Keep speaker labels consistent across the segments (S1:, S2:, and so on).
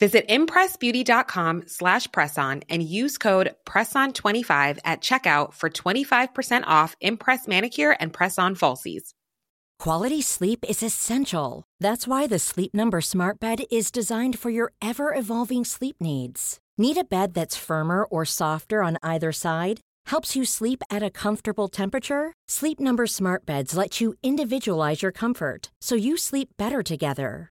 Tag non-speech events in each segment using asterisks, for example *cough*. S1: Visit impressbeauty.com slash presson and use code presson25 at checkout for 25% off Impress Manicure and Press-On Falsies.
S2: Quality sleep is essential. That's why the Sleep Number Smart Bed is designed for your ever evolving sleep needs. Need a bed that's firmer or softer on either side? Helps you sleep at a comfortable temperature? Sleep Number Smart Beds let you individualize your comfort so you sleep better together.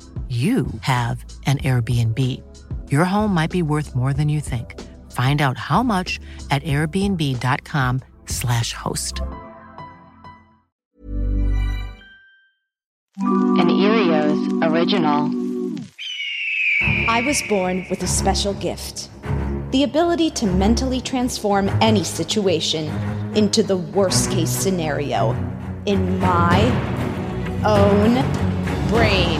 S3: you have an Airbnb. Your home might be worth more than you think. Find out how much at airbnb.com/slash host.
S4: An Erios original.
S5: I was born with a special gift the ability to mentally transform any situation into the worst case scenario in my own brain.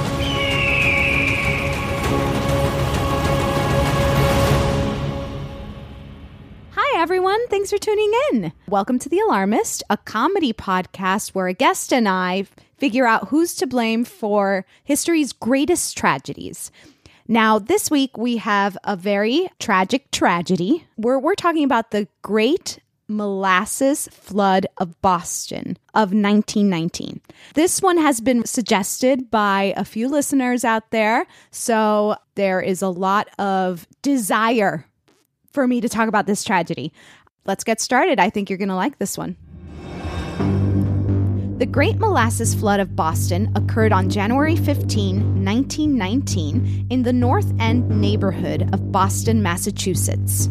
S6: Hi, everyone. Thanks for tuning in. Welcome to The Alarmist, a comedy podcast where a guest and I figure out who's to blame for history's greatest tragedies. Now, this week we have a very tragic tragedy. We're, we're talking about the Great Molasses Flood of Boston of 1919. This one has been suggested by a few listeners out there, so there is a lot of desire for me to talk about this tragedy. Let's get started. I think you're going to like this one. The Great Molasses Flood of Boston occurred on January 15, 1919, in the North End neighborhood of Boston, Massachusetts.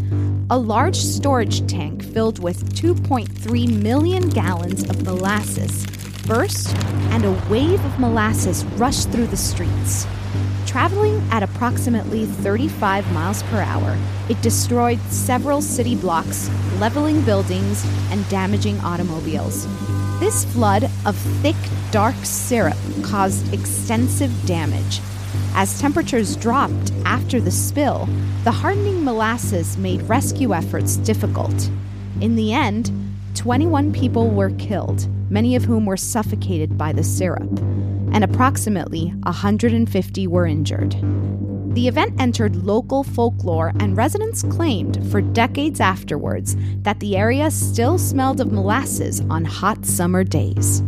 S6: A large storage tank filled with 2.3 million gallons of molasses burst, and a wave of molasses rushed through the streets. Traveling at approximately 35 miles per hour, it destroyed several city blocks, leveling buildings and damaging automobiles. This flood of thick, dark syrup caused extensive damage. As temperatures dropped after the spill, the hardening molasses made rescue efforts difficult. In the end, 21 people were killed, many of whom were suffocated by the syrup, and approximately 150 were injured. The event entered local folklore, and residents claimed for decades afterwards that the area still smelled of molasses on hot summer days.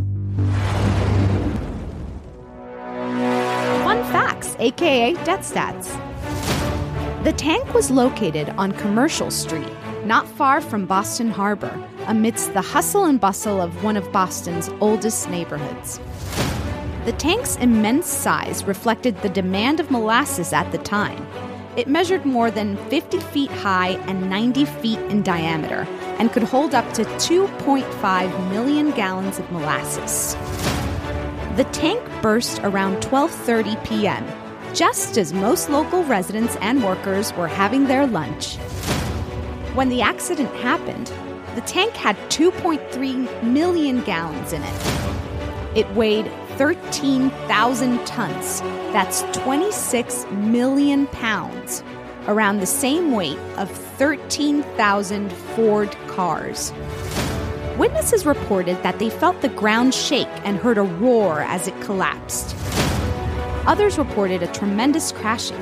S6: Fun facts, aka death stats. The tank was located on Commercial Street, not far from Boston Harbor, amidst the hustle and bustle of one of Boston's oldest neighborhoods. The tank's immense size reflected the demand of molasses at the time. It measured more than 50 feet high and 90 feet in diameter and could hold up to 2.5 million gallons of molasses. The tank burst around 12:30 p.m., just as most local residents and workers were having their lunch. When the accident happened, the tank had 2.3 million gallons in it. It weighed 13,000 tons. That's 26 million pounds, around the same weight of 13,000 Ford cars. Witnesses reported that they felt the ground shake and heard a roar as it collapsed. Others reported a tremendous crashing,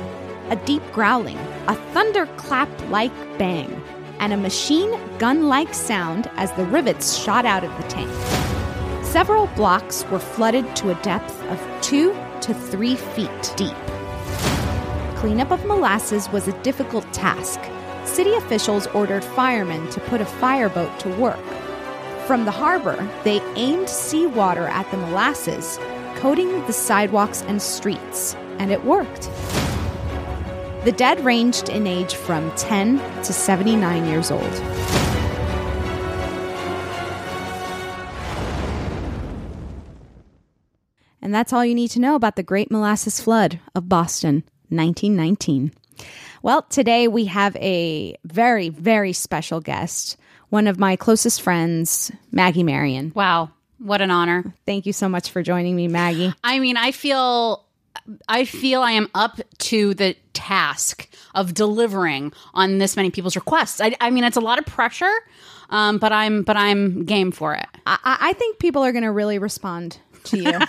S6: a deep growling, a thunderclap like bang, and a machine gun like sound as the rivets shot out of the tank. Several blocks were flooded to a depth of two to three feet deep. Cleanup of molasses was a difficult task. City officials ordered firemen to put a fireboat to work. From the harbor, they aimed seawater at the molasses, coating the sidewalks and streets, and it worked. The dead ranged in age from 10 to 79 years old. And that's all you need to know about the Great Molasses Flood of Boston, 1919. Well, today we have a very, very special guest, one of my closest friends, Maggie Marion.
S7: Wow, what an honor.
S6: Thank you so much for joining me, Maggie.
S7: I mean, I feel I feel I am up to the task of delivering on this many people's requests. I, I mean, it's a lot of pressure, um, but I'm but I'm game for it.
S6: I, I I think people are going to really respond to you.
S7: *laughs*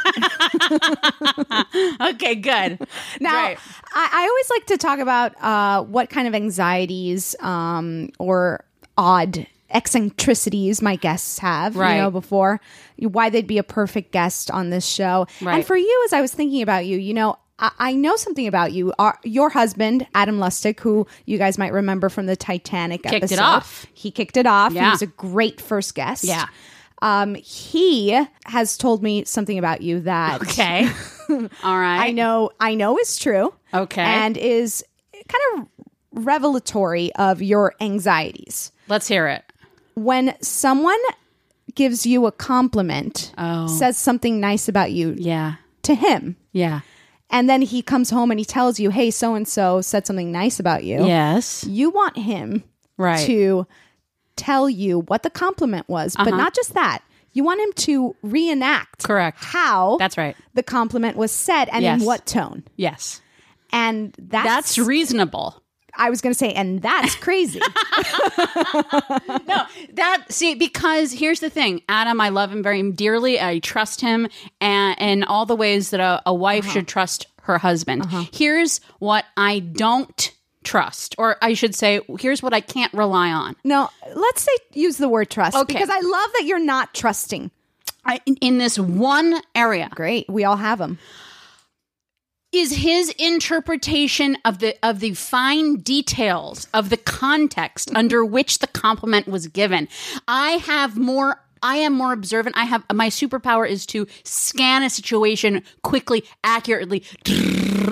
S7: Okay, good.
S6: Now,
S7: Right.
S6: I, I always like to talk about uh, what kind of anxieties um, or odd eccentricities my guests have,
S7: Right.
S6: you know, before why they'd be a perfect guest on this show. And
S7: Right.
S6: for you, as I was thinking about you, you know, I, I know something about you. Our, your husband, Adam Lustig, who you guys might remember from the Titanic
S7: Kicked it
S6: episode,
S7: off.
S6: he kicked it off. He
S7: Yeah.
S6: was a great first guest.
S7: Yeah.
S6: Um, he has told me something about you that *laughs*
S7: Okay. All right.
S6: I know I know is true.
S7: Okay.
S6: And is kind of revelatory of your anxieties.
S7: Let's hear it.
S6: When someone gives you a compliment, says something nice about you
S7: Oh. Yeah.
S6: to him,
S7: *laughs* Yeah.
S6: and then he comes home and he tells you, "Hey, so and so said something nice about you."
S7: Yes.
S6: You want him
S7: Right.
S6: to tell you what the compliment was,
S7: Uh-huh.
S6: but not just that. You want him to reenact
S7: Correct.
S6: how
S7: That's right.
S6: the compliment was said and
S7: Yes.
S6: in what tone.
S7: Yes.
S6: And that's
S7: That's reasonable.
S6: I was going to say, and that's *laughs*
S7: *laughs*
S6: crazy.
S7: That see because here's the thing, Adam. I love him very dearly. I trust him, and in all the ways that a, a wife
S6: Uh-huh.
S7: should trust her husband. Here's what I don't trust, or I should say, here's what I can't rely on.
S6: no, let's say use the word trust
S7: Okay.
S6: because I love that you're not trusting.
S7: I, in, in this one area
S6: Great, we all have them.
S7: is his interpretation of the of the fine details of the context under which the compliment was given. I have more I am more observant. I have my superpower is to scan a situation quickly, accurately.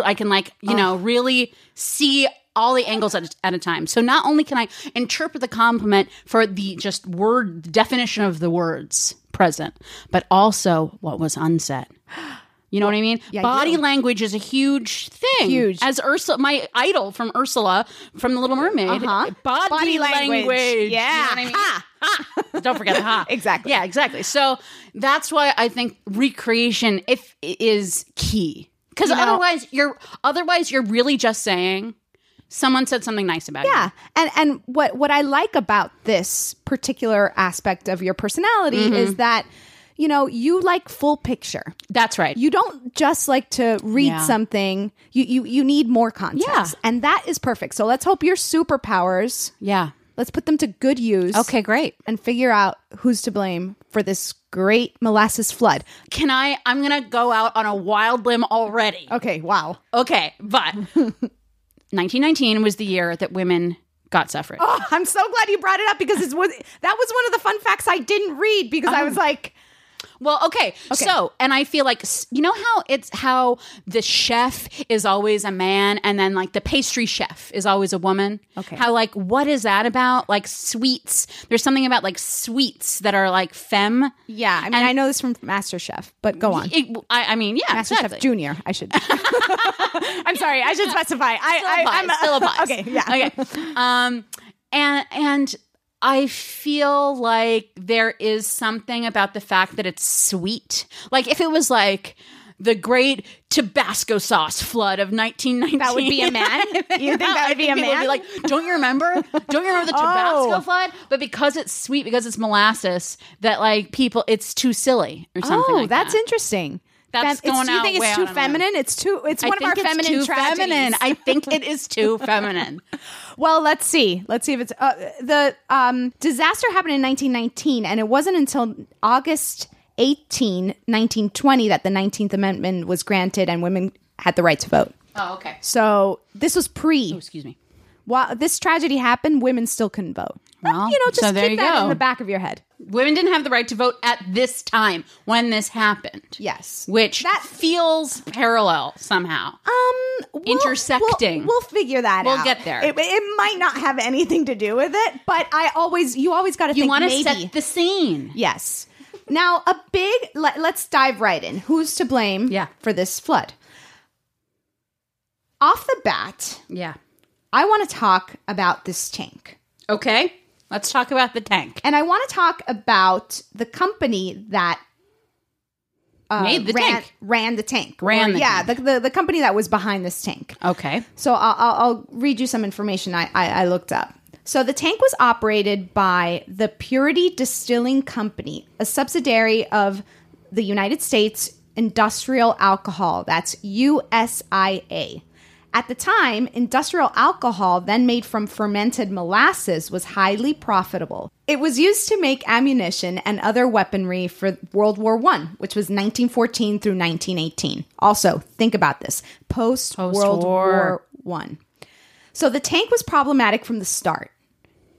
S7: I can like, you know, really see all the angles at, at a time. So not only can I interpret the compliment for the just word definition of the words present, but also what was unsaid. You know what I mean?
S6: yeah,
S7: Body
S6: you-
S7: language is a huge thing.
S6: Huge.
S7: As Ursula, my idol from Ursula from The Little Mermaid.
S6: Uh-huh.
S7: Body,
S6: Body language.
S7: language.
S6: Yeah.
S7: You know what I mean? Ha. *laughs* Don't forget the ha.
S6: *laughs* Exactly.
S7: Yeah, exactly. So that's why I think recreation if is key. Because
S6: You know-
S7: otherwise you're otherwise you're really just saying someone said something nice about you.
S6: Yeah, and and what what I like about this particular aspect of your personality
S7: Mm-hmm.
S6: is that you know you like full picture.
S7: That's right.
S6: You don't just like to read
S7: Yeah.
S6: something. You you you need more context,
S7: Yeah.
S6: and that is perfect. So let's hope your superpowers.
S7: yeah.
S6: Let's put them to good use.
S7: Okay, great.
S6: and figure out who's to blame for this great molasses flood.
S7: Can I I'm gonna go out on a wild limb already.
S6: Okay, wow. *laughs*
S7: Okay, but 1919 was the year that women got suffrage.
S6: Oh, I'm so glad you brought it up because it was that was one of the fun facts I didn't read because
S7: Um,
S6: I was like,
S7: Well, okay. So, and I feel like s- you know how it's how the chef is always a man, and then like the pastry chef is always a woman.
S6: Okay.
S7: How like what is that about? Like sweets. There's something about like sweets that are like femme.
S6: yeah. I mean, I know this from MasterChef, but go on.
S7: It- I, I mean, yeah,
S6: MasterChef
S7: exactly.
S6: Junior. I
S7: *laughs*
S6: should. I'm sorry. I should specify. I, I
S7: applies,
S6: I'm a- *laughs*
S7: still applies.
S6: Okay. Yeah.
S7: Okay. Um, and and I feel like there is something about the fact that it's sweet. Like if it was like the great Tabasco sauce flood of 1919,
S6: That would be a
S7: *laughs*
S6: man. You think that would be a
S7: people
S6: man?
S7: like, don't you remember? Don't you remember the Tabasco
S6: *laughs* Oh.
S7: flood? But because it's sweet, because it's molasses, that like people, it's too silly or something.
S6: oh,
S7: like
S6: that's
S7: that.
S6: interesting.
S7: That's
S6: Fem- it's-
S7: going
S6: Do you
S7: out
S6: think
S7: way
S6: it's too
S7: out on a limb.
S6: feminine? It's too. It's
S7: I
S6: one of our
S7: think it's
S6: feminine
S7: too
S6: tragedies.
S7: feminine. I think it
S6: *laughs*
S7: is too feminine.
S6: Well, let's see. Let's see if it's uh, the um, disaster happened in 1919, and it wasn't until August 18, 1920, that the 19th Amendment was granted and women had the right to vote.
S7: Oh, okay.
S6: So this was pre.
S7: Oh, Excuse me.
S6: While this tragedy happened, women still couldn't vote.
S7: Well,
S6: you know, just
S7: so
S6: keep
S7: there you
S6: that
S7: go.
S6: in the back of your head.
S7: women didn't have the right to vote at this time when this happened.
S6: Yes.
S7: Which
S6: That-
S7: that feels parallel somehow.
S6: Um, we'll- we'll-
S7: Intersecting.
S6: We'll, figure that
S7: We'll
S6: out.
S7: get there.
S6: It, it might not have anything to do with it, but I always, you always got to
S7: you
S6: think
S7: want to
S6: maybe.
S7: set the scene.
S6: Yes. Now, a big let, us dive right in. Who's to blame
S7: Yeah.
S6: for this flood? Off the bat,
S7: Yeah.
S6: I want to talk about this tank.
S7: Okay. Let's talk about the tank.
S6: And I want to talk about the company that uh,
S7: Made the
S6: ran,
S7: tank.
S6: ran the tank.
S7: Ran the
S6: yeah, The, the, the company that was behind this tank.
S7: Okay.
S6: So I'll, I'll, I'll read you some information I, I, I looked up. So the tank was operated by the Purity Distilling Company, a subsidiary of the United States Industrial Alcohol. That's USIA. At the time, industrial alcohol, then made from fermented molasses, was highly profitable. It was used to make ammunition and other weaponry for World War I, which was 1914 through 1918. Also, think about this post World War
S7: Post-war.
S6: One. So the tank was problematic from the start.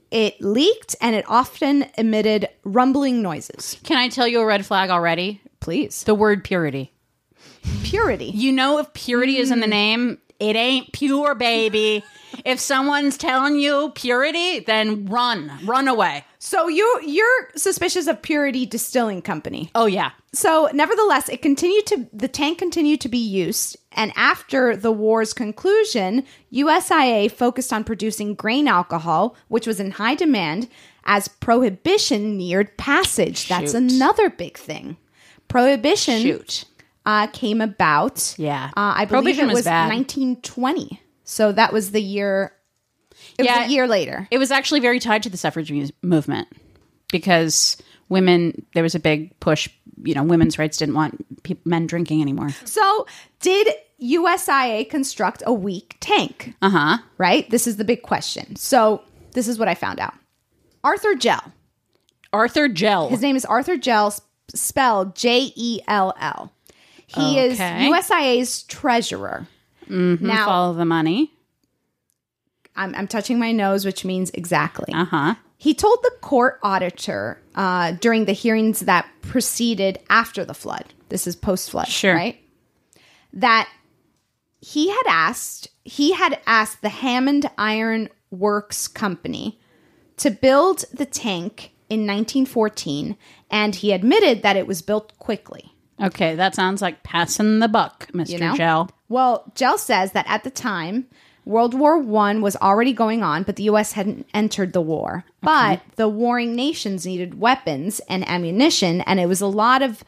S6: It leaked and it often emitted rumbling noises.
S7: Can I tell you a red flag already?
S6: Please.
S7: The word purity.
S6: Purity. Mm.
S7: You know, if purity is in the name, it ain't pure,
S6: *laughs*
S7: baby. if someone's telling you purity, then run, run away.
S6: So you you're suspicious of Purity Distilling Company.
S7: Oh, yeah.
S6: So, nevertheless, it continued to the tank continued to be used, and after the war's conclusion, USIA focused on producing grain alcohol, which was in high demand as prohibition neared passage. That's another big thing. Prohibition
S7: Shoot.
S6: Uh, came about.
S7: Yeah.
S6: uh, I believe
S7: Prohibition
S6: it
S7: was
S6: was,
S7: bad.
S6: 1920. So that was the year. It
S7: Yeah.
S6: was a year later.
S7: It was actually very tied to the suffrage mu- movement because women, there was a big push. You know, women's rights didn't want pe- men drinking anymore.
S6: So, did USIA construct a weak tank? Uh
S7: Uh-huh.
S6: huh. Right? This is the big question. So, this is what I found out. Arthur Gell.
S7: Arthur Gell.
S6: His name is Arthur Gell, sp- spelled J E L L. He is
S7: Okay.
S6: USIA's treasurer. Now,
S7: Mm-hmm. Follow the money.
S6: I'm, I'm touching my nose, which means exactly.
S7: Uh huh.
S6: He told the court auditor uh, during the hearings that preceded after the flood. This is post flood,
S7: Sure.
S6: right? That he had asked he had asked the Hammond Iron Works Company to build the tank in 1914, and he admitted that it was built quickly.
S7: Okay, that sounds like passing the buck, Mr.
S6: You know?
S7: Gell.
S6: Well, Gell says that at the time, World War One was already going on, but the U.S. hadn't entered the war. But the warring nations needed weapons and ammunition, and it was a lot of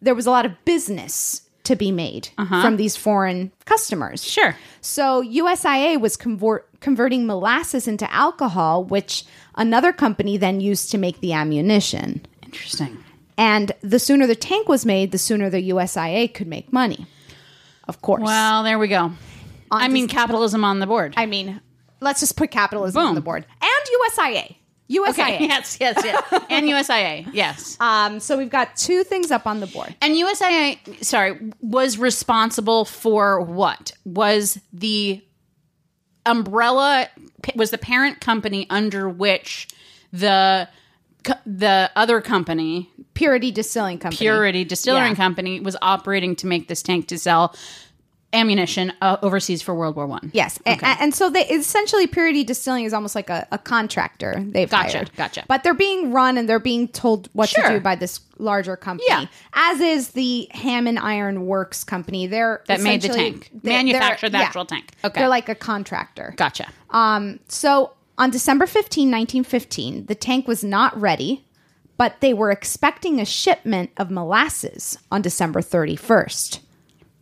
S6: there was a lot of business to be made from these foreign customers.
S7: Sure.
S6: So USIA was convert, converting molasses into alcohol, which another company then used to make the ammunition.
S7: Interesting.
S6: And the sooner the tank was made, the sooner the USIA could make money. Of course.
S7: Well, there we go. I mean, capitalism on the board.
S6: I mean, let's just put capitalism on
S7: Boom.
S6: the board and USIA. USIA.
S7: okay. *laughs* Yes, yes,
S6: *laughs*
S7: yes. and USIA. Yes.
S6: Um, so we've got two things up on the board.
S7: And USIA, sorry, was responsible for what? Was the umbrella p- was the parent company under which the co- the other company
S6: Purity Distilling Company.
S7: Purity Distillery
S6: Yeah.
S7: Company was operating to make this tank to sell ammunition uh, overseas for World War One.
S6: Yes, A- a- and, so they essentially Purity Distilling is almost like a, a contractor they've
S7: Gotcha,
S6: hired.
S7: gotcha.
S6: But they're being run and they're being told what to
S7: Sure.
S6: do by this larger company.
S7: Yeah.
S6: as is the Hammond Iron Works company. They're
S7: That made the
S6: essentially-
S7: tank.
S6: they're-
S7: Manufactured the
S6: yeah.
S7: actual tank. Okay.
S6: they're like a contractor. Um,
S7: Gotcha.
S6: So on December 15, 1915, the tank was not ready, but they were expecting a shipment of molasses on December 31st.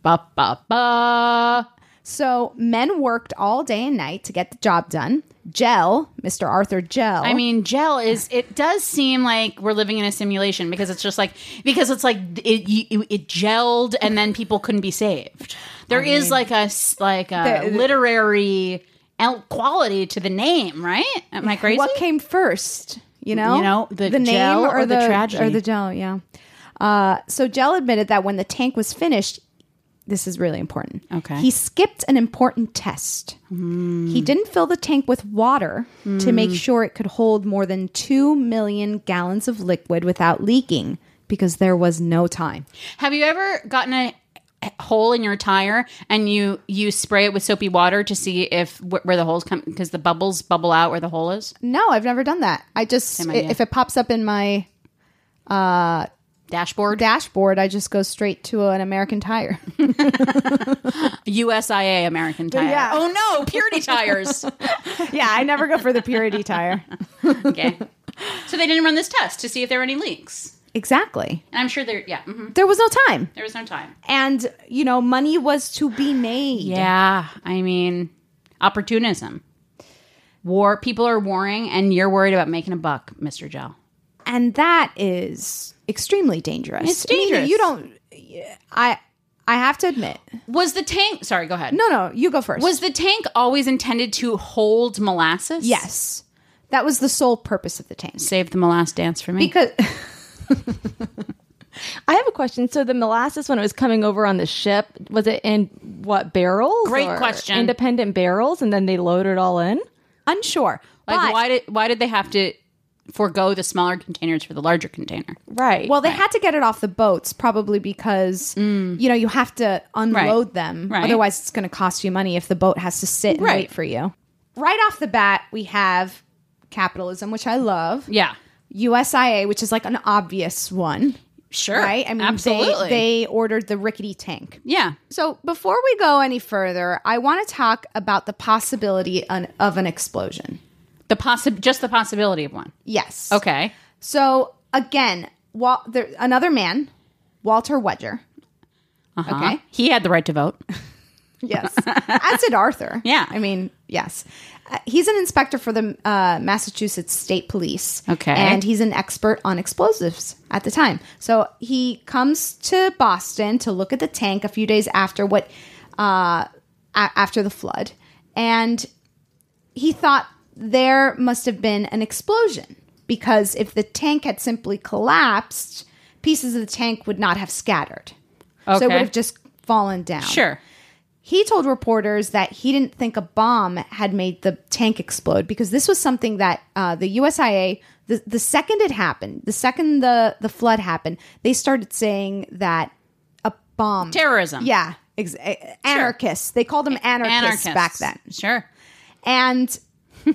S7: Ba ba ba.
S6: So men worked all day and night to get the job done. Gel, Mr. Arthur Gel.
S7: I mean, gel is. It does seem like we're living in a simulation because it's just like because it's like it it, it gelled and then people couldn't be saved. There is like a s- like a
S6: The- the-
S7: literary el- quality to the name, right? Am I crazy?
S6: what came first? You know,
S7: You know, the gel or the tragedy?
S6: or the gel? Yeah. Uh, so Gel admitted that when the tank was finished, this is really important.
S7: Okay. Mm.
S6: he skipped an important test.
S7: Hmm.
S6: He didn't fill the tank with water to make sure it could hold more than two million gallons of liquid without leaking because there was no time.
S7: Have you ever gotten a hole in your tire and you you spray it with soapy water to see if wh- where the holes come because the bubbles bubble out where the hole is?
S6: No, I've never done that. I just i-
S7: idea.
S6: if it pops up in my uh,
S7: Dashboard.
S6: dashboard, I just go straight to an American Tire.
S7: USIA American Tire.
S6: Yeah.
S7: Oh no,
S6: *laughs*
S7: Purity Tires.
S6: yeah, I never go for the purity
S7: *laughs*
S6: tire.
S7: Okay. So they didn't run this test to see if there were any leaks.
S6: Exactly.
S7: And I'm sure there, yeah, mhm.
S6: There was no time.
S7: there was no time.
S6: And, you know, money was to be made.
S7: Yeah. I mean, opportunism. War, people are warring, and you're worried about making a buck, Mr. Gel.
S6: And that is extremely dangerous.
S7: It's
S6: I mean,
S7: dangerous.
S6: you don't I I have to admit.
S7: Was the tank, sorry, go ahead.
S6: No, no, you go first.
S7: Was the tank always intended to hold molasses?
S6: yes. That was the sole purpose of the tank.
S7: Save the molasses dance for me.
S6: Because
S8: *laughs* I have a question. So the molasses, when it was coming over on the ship, was it in what barrels?
S7: Great
S8: or
S7: question.
S8: Independent barrels, and then they loaded it all in.
S6: unsure.
S7: like,
S6: but,
S7: why did why did they have to forego the smaller containers for the larger container?
S8: Right.
S6: well, they had to get it off the boats probably because you know you have to unload them.
S7: Mm. Right.
S6: Otherwise, it's going to cost you money if the boat has to sit and
S7: Right.
S6: wait for you. Right off the bat, we have capitalism, which I love.
S7: Yeah.
S6: USIA, which is like an obvious one,
S7: Sure.
S6: right? I mean,
S7: absolutely.
S6: They, they ordered the rickety tank.
S7: yeah.
S6: So before we go any further, I want to talk about the possibility on, of an explosion.
S7: The possi- just the possibility of one.
S6: Yes.
S7: Okay.
S6: So again, Wal- there, another man, Walter Wedger. Uh-huh.
S7: Okay. He had the right to vote.
S6: Yes. As did Arthur.
S7: *laughs* Yeah.
S6: I mean, yes. Uh, he's an inspector for the uh, Massachusetts State Police.
S7: Okay.
S6: And he's an expert on explosives at the time. So he comes to Boston to look at the tank a few days after what, uh, a- after the flood. And he thought there must have been an explosion because if the tank had simply collapsed, pieces of the tank would not have scattered. So it
S7: Okay.
S6: would have just fallen down.
S7: Sure.
S6: He told reporters that he didn't think a bomb had made the tank explode because this was something that uh, the USIA, the, the second it happened, the second the, the flood happened, they started saying that a bomb.
S7: Terrorism.
S6: Yeah. Ex- a- anarchists. They called them anarchists,
S7: Anarchists
S6: back then.
S7: Sure.
S6: And,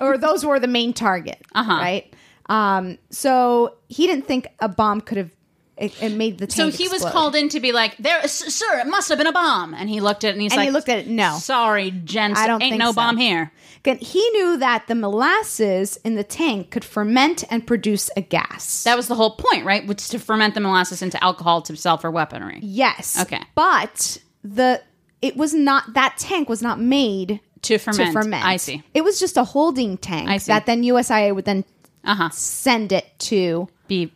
S6: or those were the main
S7: *laughs*
S6: target. Uh-huh. Right? Um, so he didn't think a bomb could have, it, it made the
S7: So
S6: tank
S7: he was
S6: explode.
S7: called in to be like, "There, s- sir, it must have been a bomb." And he looked at it and he's
S6: And
S7: like,
S6: he looked at it, "No."
S7: sorry, gents,
S6: I
S7: I
S6: don't
S7: don't ain't
S6: think
S7: no
S6: so."
S7: bomb here."
S6: Again, he knew that the molasses in the tank could ferment and produce a gas.
S7: That was the whole point, right? Which is to ferment the molasses into alcohol to sell for weaponry
S6: yes.
S7: Okay.
S6: But the it was not that tank was not made
S7: to
S6: to
S7: ferment.
S6: ferment.
S7: I see.
S6: It was just a holding tank
S7: I see. Uh-huh.
S6: that then USIA would then send it to
S7: Be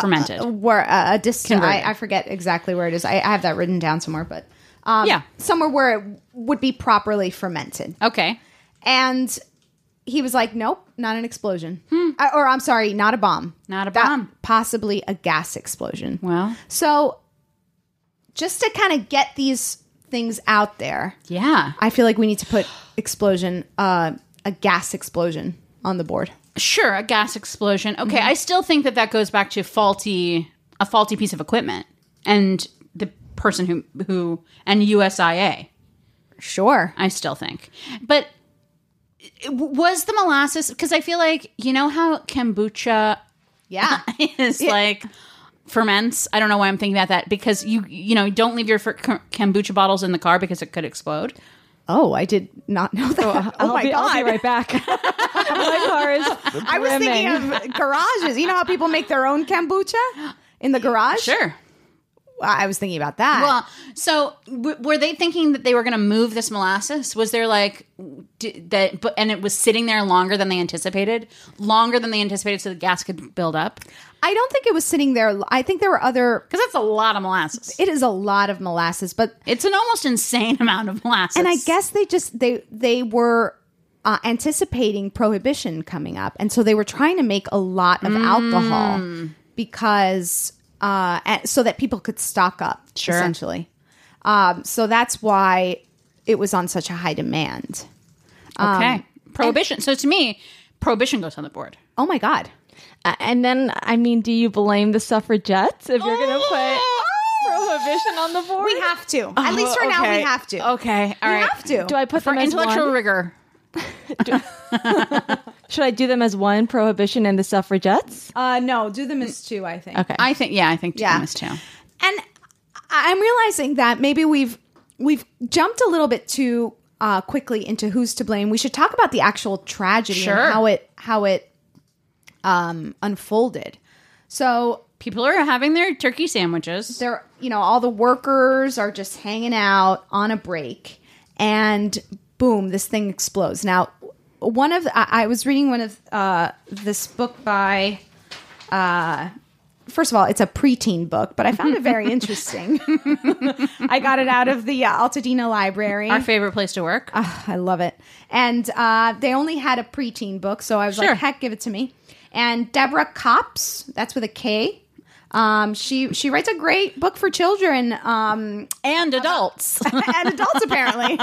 S7: fermented.
S6: where uh, a distance.
S7: Converted.
S6: I, I forget exactly where it is. I, I have that written down somewhere, but
S7: yeah.
S6: Um, somewhere where it would be properly fermented.
S7: Okay.
S6: And he was like, nope, not an explosion. I- or I'm sorry, not a bomb.
S7: Hmm. Not a
S6: That-
S7: bomb.
S6: possibly a gas explosion.
S7: Well,
S6: So just to kind of get these things out there.
S7: Yeah.
S6: I feel like we need to put explosion, uh, a gas explosion on the board.
S7: Sure, a gas explosion. Okay,
S6: Mm-hmm.
S7: I still think that that goes back to faulty a faulty piece of equipment and the person who who and USIA.
S6: Sure.
S7: I still think. But was the molasses because I feel like you know how kombucha
S6: Yeah.
S7: *laughs* is like ferments. I don't know why I'm thinking about that because you you know don't leave your fer- k- kombucha bottles in the car because it could explode.
S6: oh, I did not *laughs* know that. Oh,
S8: I'll
S6: my
S8: be,
S6: God.
S8: I'll be right back. My car is.
S6: I was thinking of garages. You know how people make their own kombucha in the garage?
S7: Sure.
S6: I was thinking about that.
S7: Well, so w- were they thinking that they were going to move this molasses? Was there like d- that? But and it was sitting there longer than they anticipated, longer than they anticipated, so the gas could build up because
S6: I don't think it was sitting there. I think there were other.
S7: that's a lot of molasses.
S6: It is a lot of molasses, but
S7: It's an almost insane *laughs* amount of molasses.
S6: and I guess they just they they were uh, anticipating prohibition coming up, and so they were trying to make a lot
S7: Mm.
S6: of alcohol because uh, a- so that people could stock up
S7: Sure.
S6: essentially. Um, so that's why it was on such a high demand. Um,
S7: okay, prohibition. so to me, prohibition goes on the board.
S6: Oh my god!
S8: Uh, And then, I mean, do you blame the suffragettes if you're going to put prohibition on the board?
S6: Um, We have to. Oh, At least for now, we
S7: okay.
S6: have to.
S7: Okay, all
S6: we
S7: right.
S6: have to.
S8: Oh, Do I put
S7: For
S8: them as
S7: intellectual
S8: one?
S7: rigor,
S8: Should I do them as one prohibition and the suffragettes?
S6: Uh, no, do them as two. I think.
S8: Okay.
S7: I think. Yeah, I think
S6: Yeah.
S7: yeah. too.
S6: and I- I'm realizing that maybe we've we've jumped a little bit too uh, quickly into who's to blame. We should talk about the actual tragedy
S7: Sure.
S6: and how it how it um, unfolded. So
S7: *gasps* People are having their turkey sandwiches.
S6: they're you know all the workers are just hanging out on a break, and boom, this thing explodes. Now, one of I, I was reading one of uh, this book by. Uh, First of all, it's a preteen book, but I found it
S7: *laughs*
S6: very interesting. *laughs* I got it out of the uh, Altadena Library.
S7: *laughs* Our favorite place to work.
S6: I love it. And uh, they only had a preteen book, so I was
S7: Sure.
S6: like, heck, give it to me. And Deborah Cops, that's with a K. Um, she she writes a great book for children um,
S7: and adults.
S6: *laughs* and adults
S7: *laughs*
S6: apparently,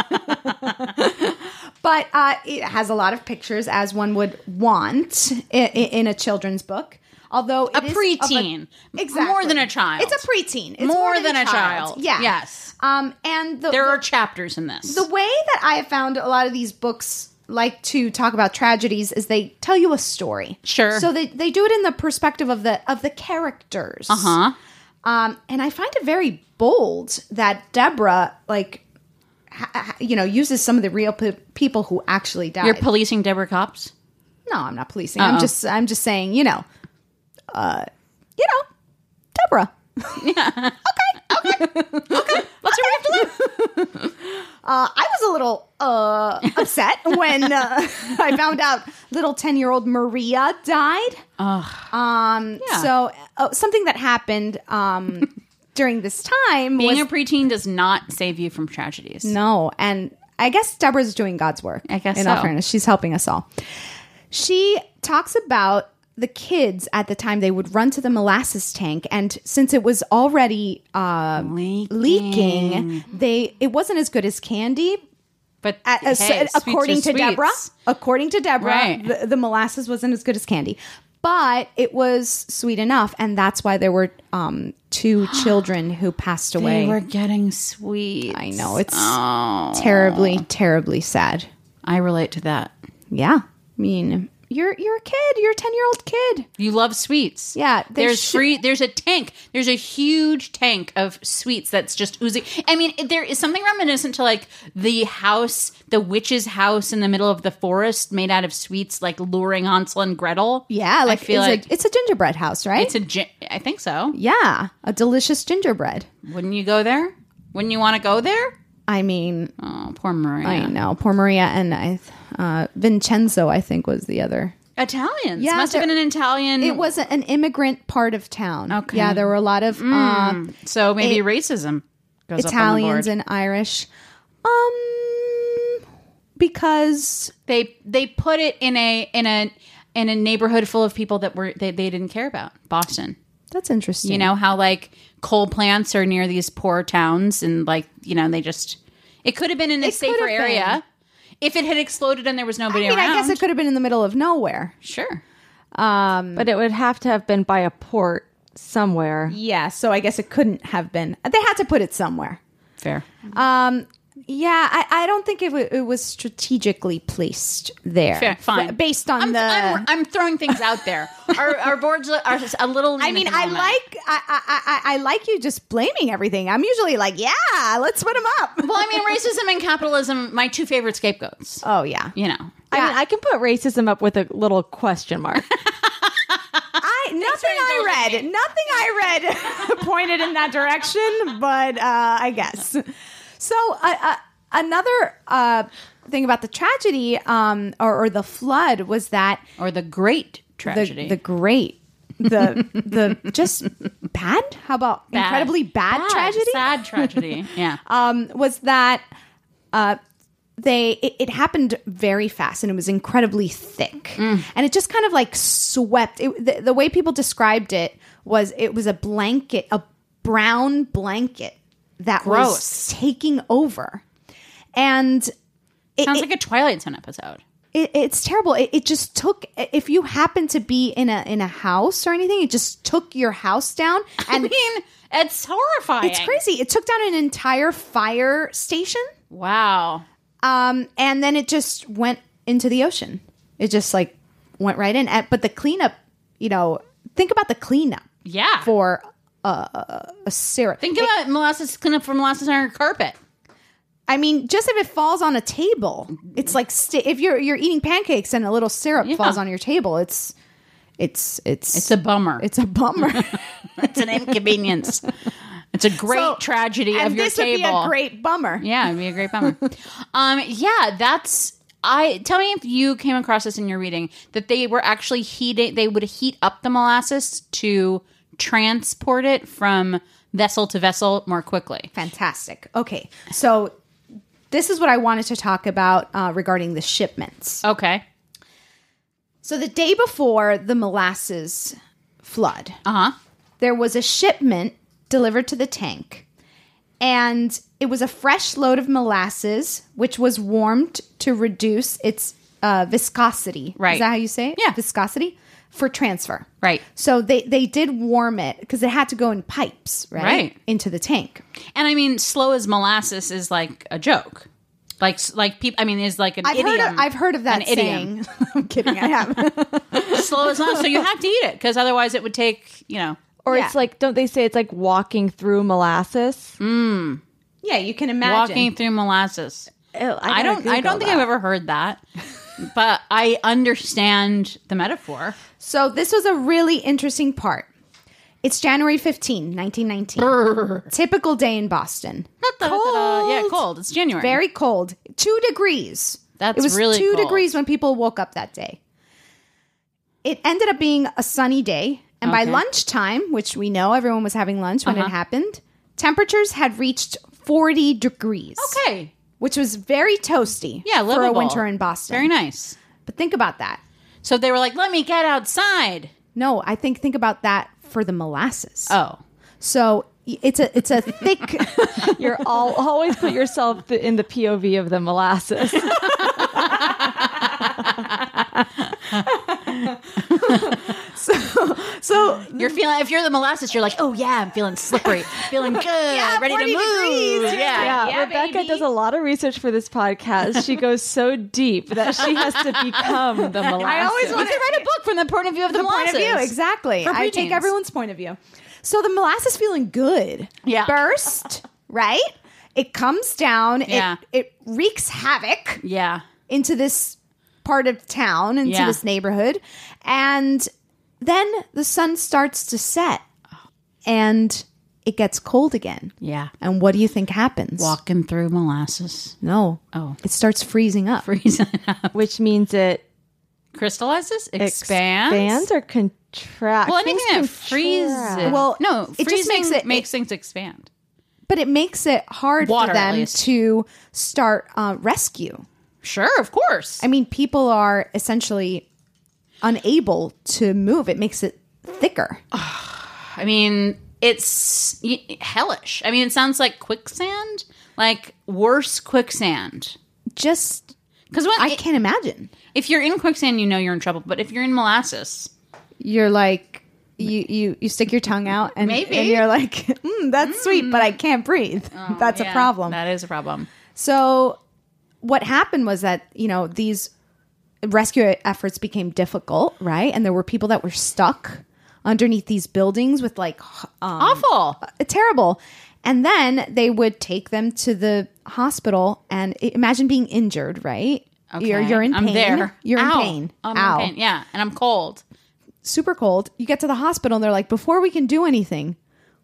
S6: but uh, it has a lot of pictures as one would want in, in a children's book. Although
S7: A
S6: it is of
S7: preteen.
S6: exactly
S7: More than a child.
S6: It's a preteen. It's
S7: More than a child.
S6: Yeah.
S7: Yes.
S6: Um, and the,
S7: there
S6: the-
S7: are chapters in this.
S6: the way that I have found a lot of these books like to talk about tragedies is they tell you a story.
S7: Sure.
S6: So they, they do it in the perspective of the of the characters.
S7: huh?
S6: Um, and I find it very bold that Deborah like ha- ha- you know uses some of the real pe- people who actually died.
S7: You're policing Deborah Cops?
S6: no, I'm not policing. I'm just I'm just saying, you know. Uh, you know, Deborah. *laughs*
S7: That's what we have to do.
S6: *laughs* I was a little uh, upset when uh, *laughs* I found out little 10 year old Maria died. Um,
S7: Yeah.
S6: So, uh, something that happened um, during this time
S7: Being
S6: was
S7: a preteen does not save you from tragedies.
S6: no. And I guess Deborah's doing God's work.
S7: I guess
S6: In all
S7: so.
S6: fairness, she's helping us all. She talks about the kids at the time they would run to the molasses tank and since it was already uh, leaking they it wasn't as good as candy
S7: But
S6: at- as-
S7: hey, sweets are
S6: according to
S7: sweets.
S6: Deborah, according to Deborah,
S7: Right.
S6: the, the molasses wasn't as good as candy, but it was sweet enough, and that's why there were um, two
S7: *gasps*
S6: children who passed away.
S7: They were getting sweet.
S6: I know it's terribly, terribly sad.
S7: Oh. I relate to that.
S6: Yeah, I mean, you're you're a kid, you're a ten year old kid.
S7: You love sweets.
S6: Yeah, they
S7: There's
S6: should-
S7: free there's a tank. There's a huge tank of sweets that's just oozing. I mean, it- there is something reminiscent to like the house, the witch's house in the middle of the forest made out of sweets like luring Hansel and Gretel.
S6: Yeah, like,
S7: I feel
S6: it's,
S7: like
S6: a, it's a gingerbread house, right?
S7: it's a gi- I think so.
S6: yeah, a delicious gingerbread.
S7: Wouldn't you go there? Wouldn't you want to go there?
S6: I mean,
S7: Oh, poor Maria.
S6: I know poor Maria and I, uh, Vincenzo, I think was the other
S7: Italians.
S6: Yeah,
S7: Must have
S6: there-
S7: been an Italian.
S6: It was a- an immigrant part of town.
S7: Okay. Hmm. Mm.
S6: Yeah, there were a lot of um,
S7: So maybe racism
S6: Italians
S7: goes up on the board.
S6: and Irish. Um, because
S7: they they put it in a in a in a neighborhood full of people that were they, they didn't care about. Boston.
S6: That's interesting.
S7: You know how like coal plants are near these poor towns and like, you know, they just it could have been in a
S6: It could have
S7: safer
S6: been.
S7: area if it had exploded and there was
S6: I
S7: nobody
S6: mean,
S7: around.
S6: I guess it could have been in the middle of nowhere.
S7: Sure.
S6: Um,
S8: But it would have to have been by a port somewhere.
S6: yeah, so I guess it couldn't have been. They had to put it somewhere.
S7: Fair.
S6: Um, yeah, I, I don't think it, w- it was strategically placed there.
S7: Fair. Fine.
S6: F- based on
S7: I'm,
S6: the.
S7: I'm, I'm throwing things out
S6: *laughs*
S7: there. Our, our boards are just a little.
S6: I mean,
S7: limited
S6: I
S7: on that.
S6: like I, I I I like you just blaming everything. I'm usually like, yeah, let's put them up.
S7: Well, I
S6: *laughs*
S7: mean, racism and capitalism, my two favorite scapegoats.
S6: oh yeah,
S7: You know.
S8: I mean, I can put racism up with a little question
S6: *laughs*
S8: mark.
S7: *laughs*
S6: I nothing I read, nothing I read *laughs* pointed in that direction, but uh, I guess. So uh, uh, another uh, thing about the tragedy um, or, or the flood was that
S7: Or the great tragedy.
S6: the the great the
S7: *laughs*
S6: the just bad. How about
S7: Bad.
S6: incredibly bad, tragedy?
S7: Sad
S6: *laughs*
S7: tragedy. Yeah.
S6: um, was that uh, they it, it happened very fast and it was incredibly thick and it just kind of like swept it, the, the way people described it was it was a blanket a brown blanket that
S7: Gross.
S6: was taking over and it,
S7: Sounds
S6: it-
S7: like a Twilight Zone episode.
S6: it, it's terrible. It, it just took. If you happen to be in a in a house or anything, it just took your house down. And
S7: I mean, it's horrifying.
S6: it's crazy. It took down an entire fire station.
S7: Wow.
S6: Um, and then it just went into the ocean. It just like went right in. At- But the cleanup, you know, think about the cleanup
S7: Yeah.
S6: for uh, a syrup.
S7: Think about molasses cleanup for molasses on your carpet.
S6: I mean, just if it falls on a table, it's like sti if you're you're eating pancakes and a little syrup
S7: Yeah.
S6: falls on your table, it's it's it's
S7: It's a bummer. It's,
S6: it's a
S7: *laughs*
S6: bummer.
S7: an inconvenience. it's a great
S6: So-
S7: tragedy
S6: and
S7: of your
S6: this
S7: table.
S6: would be a great bummer.
S7: yeah, it'd be a great bummer. um, yeah, that's. I tell me if you came across this in your reading that they were actually heating. They would heat up the molasses to transport it from vessel to vessel more quickly.
S6: Fantastic. Okay, so this is what I wanted to talk about uh, regarding the shipments.
S7: Okay.
S6: So the day before the molasses flood,
S7: Uh huh.
S6: there was a shipment delivered to the tank. And it was a fresh load of molasses, which was warmed to reduce its uh, viscosity.
S7: Right.
S6: Is that how you say it?
S7: Yeah.
S6: Viscosity for transfer.
S7: Right.
S6: So they, they did warm it because it had to go in pipes, right?
S7: Right.
S6: Into the tank.
S7: And I mean, slow as molasses is like a joke. Like, like people. I mean, is like an
S6: I've
S7: idiom.
S6: heard of, I've heard of
S7: an
S6: that
S7: idiom.
S6: saying. I'm kidding. I have.
S7: slow as molasses. So you have to eat it because otherwise it would take you know.
S8: Or
S6: Yeah.
S8: it's like, don't they say it's like walking through molasses?
S6: Mm. yeah, you can imagine.
S7: Walking through molasses. I,
S8: I,
S7: don't. I don't think I've ever heard that, but I *laughs* understand the metaphor.
S6: So this was a really interesting part. It's January 15, 1919. Typical day in Boston.
S7: Ta-da-da-da. uh, Yeah, cold. It's January.
S6: Very cold. Two
S7: *laughs*
S6: degrees.
S7: That's
S6: it was
S7: really
S6: two
S7: cold.
S6: degrees when people woke up that day. It ended up being a sunny day, and by
S7: Okay. Uh-huh.
S6: lunchtime, which we know everyone was having lunch when it happened, temperatures had reached 40 degrees.
S7: okay.
S6: Which was very toasty
S7: Yeah,
S6: for a
S7: livable.
S6: winter in Boston.
S7: Very nice.
S6: But think about that.
S7: So they were like, "Let me get outside."
S6: No, I think think about that for the molasses.
S7: Oh,
S6: So y- it's a it's a
S7: *laughs*
S6: thick
S8: *laughs* You're all always put yourself th- in the POV of the
S6: *laughs*
S8: molasses.
S6: so
S7: you're feeling. If you're the molasses, you're like, "Oh yeah, I'm feeling slippery, *laughs* feeling good, ready to
S6: 40
S7: move."
S6: degrees.
S7: Yeah.
S8: Yeah, Rebecca does a lot of research for this podcast. She goes so deep that she has to become the molasses.
S6: *laughs* I always
S7: You
S6: want
S7: could write a book from the point of view of the,
S6: the point of view
S7: molasses.
S6: exactly.
S7: For
S6: I take
S7: preteens.
S6: everyone's point of view. So the molasses feeling good.
S7: Yeah.
S6: Burst, *laughs* right? It comes down.
S7: Yeah.
S6: It it wreaks havoc
S7: Yeah.
S6: into this part of town, into
S7: Yeah.
S6: this neighborhood, and then the sun starts to set, and it gets cold again.
S7: Yeah.
S6: And what do you think happens?
S7: Walking through molasses.
S6: No.
S7: Oh.
S6: It starts freezing up.
S7: Reason.
S8: which means it
S7: Crystallizes? Expands?
S8: expands, or contracts.
S7: Well, anything that
S8: Things
S7: freezes.
S8: contract.
S6: Well,
S7: no,
S6: it just
S7: freezing
S6: makes it-
S7: makes things expand.
S6: but it makes it hard
S7: Water,
S6: for
S7: at
S6: them
S7: least.
S6: to start uh, rescue.
S7: Sure, of course.
S6: I mean, people are essentially unable to move. It makes it thicker.
S7: I mean, it's y- hellish. I mean, it sounds like quicksand, like worse quicksand.
S6: Just
S7: because when
S6: I can't imagine.
S7: If you're in quicksand, you know you're in trouble. But if you're in molasses,
S6: You're like you you you stick your tongue out and,
S7: Maybe. Oh,
S6: and you're like, mm, that's sweet, but I can't breathe. *laughs* that's a problem.
S7: that is a problem.
S6: So what happened was that, you know, these rescue efforts became difficult, right? And there were people that were stuck underneath these buildings with like h- um,
S7: Awful.
S6: terrible. And then they would take them to the hospital and i- imagine being injured, right? You're,
S7: Okay.
S6: you're in
S7: I'm
S6: pain.
S7: there.
S6: You're in
S7: Ow.
S6: pain.
S7: I'm
S6: Ow.
S7: in pain. Yeah, and I'm cold.
S6: Super cold. You get to the hospital and they're like, before we can do anything,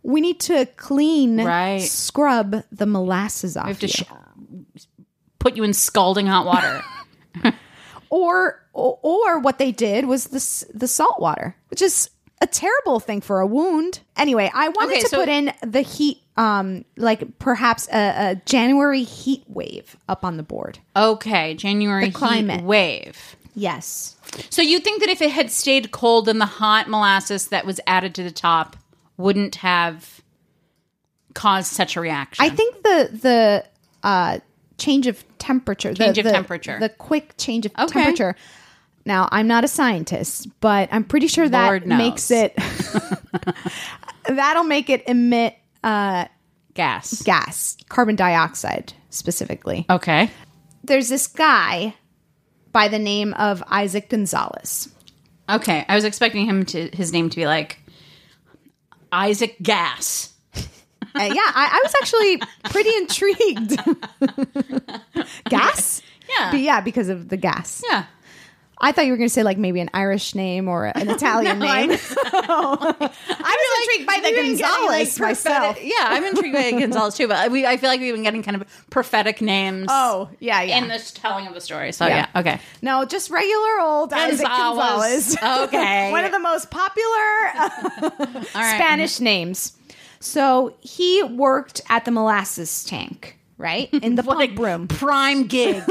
S6: we need to clean,
S7: Right.
S6: scrub the molasses off.
S7: We have to
S6: you.
S7: sh- put you in scalding hot water.
S6: or or, or what they did was the s- the salt water, which is a terrible thing for a wound. Anyway, I wanted
S7: Okay,
S6: to
S7: so-
S6: put in the heat, um, like perhaps a, a January heat wave up on the board.
S7: okay, January
S6: The climate.
S7: heat wave.
S6: Yes,
S7: So you think that if it had stayed cold and the hot molasses that was added to the top wouldn't have caused such a reaction?
S6: I think the the uh, change of temperature, the-
S7: Change of
S6: the-
S7: temperature.
S6: the quick change of
S7: Okay.
S6: temperature. Now, I'm not a scientist, but I'm pretty sure that
S7: Lord knows.
S6: makes it. *laughs* that'll make it emit uh,
S7: gas.
S6: gas, carbon dioxide specifically.
S7: Okay.
S6: There's this guy by the name of Isaac Gonzalez.
S7: Okay. I was expecting him to his name to be like Isaac Gas.
S6: Uh, yeah, I, I was actually pretty intrigued. *laughs* gas?
S7: Yeah.
S6: But yeah, because of the gas.
S7: Yeah.
S6: I thought you were going to say like maybe an Irish name or
S7: *laughs*
S6: an Italian
S7: No,
S6: *laughs*
S7: I-
S6: name. So, I was intrigued by the Gonzalez myself.
S7: Yeah, I'm intrigued by Gonzalez too, but we, I feel like we've been getting kind of prophetic names.
S6: Oh, yeah, yeah.
S7: in the telling of the story. So
S6: Yeah.
S7: yeah, okay.
S6: no, just regular old Isaac
S7: Gonzalez.
S6: Gonzalez. *laughs*
S7: Okay.
S6: One of the most popular uh,
S7: *laughs* All right.
S6: Spanish names. So he worked at the molasses tank, right? In the
S7: *laughs*
S6: pump room.
S7: prime gig.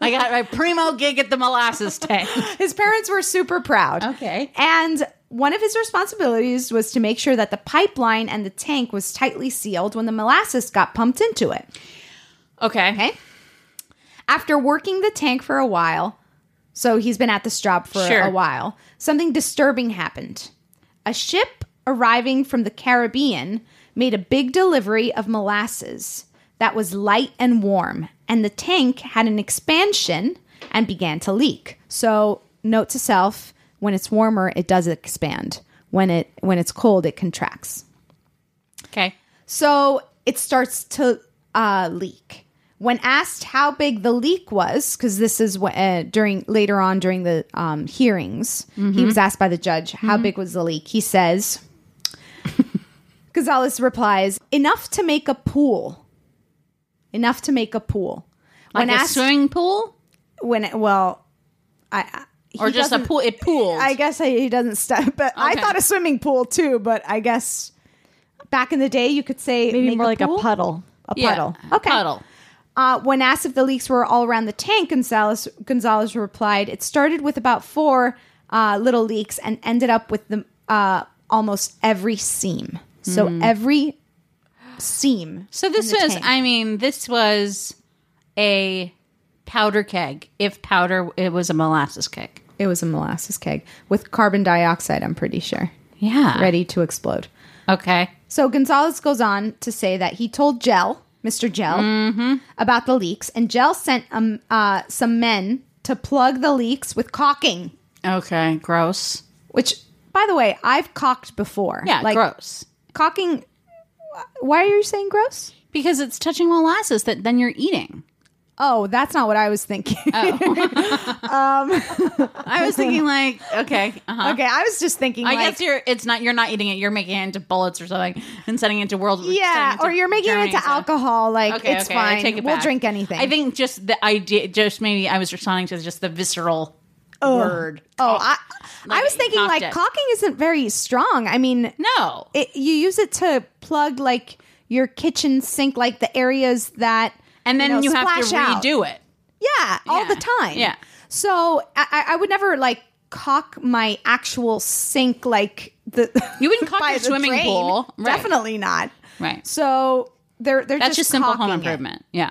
S7: I got my primo gig at
S6: *laughs*
S7: the molasses tank.
S6: His parents were super proud.
S7: Okay.
S6: And one of his responsibilities was to make sure that the pipeline and the tank was tightly sealed when the molasses got pumped into it.
S7: Okay.
S6: Okay. After working the tank for a while, so he's been at this job for
S7: Sure.
S6: a while, something disturbing happened. A ship arriving from the Caribbean made a big delivery of molasses that was light and warm, and the tank had an expansion and began to leak. So, note to self, when it's warmer, it does expand. When it when it's cold, it contracts.
S7: Okay.
S6: So it starts to uh, leak. When asked how big the leak was, because this is wh- uh, during later on during the um, hearings, he
S7: Mm-hmm.
S6: was asked by the judge how big was the leak. He says, *laughs* Gonzalez replies, "Enough to make a pool. Enough to make a pool."
S7: Like
S6: when
S7: a
S6: asked,
S7: swimming pool
S6: when well, I, I
S7: or
S6: he
S7: just a
S6: doesn't-
S7: pool? It pooled.
S6: I guess I, he doesn't step, but I
S7: Okay.
S6: thought a swimming pool too. But I guess back in the day, you could say
S8: Maybe
S6: make
S8: more like
S6: pool?
S8: a puddle.
S6: A
S7: Yeah.
S6: puddle. Okay.
S7: Puddle.
S6: Uh, when asked if the leaks were all around the tank, Gonzalez Gonzalez replied, "It started with about four uh, little leaks and ended up with the uh, almost every seam. So every seam.
S7: So this
S6: in the
S7: was,
S6: tank.
S7: I mean, this was a powder keg. If powder, it was a molasses keg.
S6: it was a molasses keg with carbon dioxide. I'm pretty sure
S7: Yeah.
S6: ready to explode."
S7: Okay.
S6: So Gonzalez goes on to say that he told Gel, Mr. Gel,
S7: Mm-hmm.
S6: about the leaks, and Gel sent um, uh, some men to plug the leaks with caulking.
S7: Okay. Gross.
S6: Which, by the way, I've cocked before.
S7: Yeah. gross.
S6: Caulking. Why are you saying gross?
S7: Because it's touching molasses that then you're eating. Oh.
S6: Oh, that's not what I was thinking. *laughs* Um,
S7: *laughs* I was thinking like, okay, uh-huh.
S6: okay, I was just thinking.
S7: I
S6: like,
S7: guess you're. It's not. You're not eating it. You're making it into bullets or something and sending it to world.
S6: Yeah,
S7: sending it to
S6: or you're making
S7: Germany,
S6: it into
S7: so-
S6: alcohol. Like
S7: Okay,
S6: it's
S7: okay, I
S6: fine.
S7: take it
S6: we'll
S7: back.
S6: drink anything.
S7: I think just the idea. Just maybe I was responding to just the visceral word.
S6: Oh, I, I
S7: Like,
S6: was
S7: you
S6: thinking
S7: cocked
S6: like
S7: it.
S6: caulking isn't very strong. I mean,
S7: No.
S6: it, you use it to plug like your kitchen sink, like the areas that
S7: and then you,
S6: know,
S7: have to
S6: splash out.
S7: redo it.
S6: Yeah, all
S7: Yeah.
S6: the time.
S7: Yeah.
S6: So I, I- I would never like cock my actual sink like the
S7: *laughs* You wouldn't
S6: *laughs*
S7: caulk
S6: by
S7: your
S6: the
S7: swimming
S6: drain.
S7: pool. Right.
S6: Definitely not.
S7: Right.
S6: So they're they're
S7: That's
S6: just
S7: just, simple home
S6: caulking it.
S7: improvement. Yeah.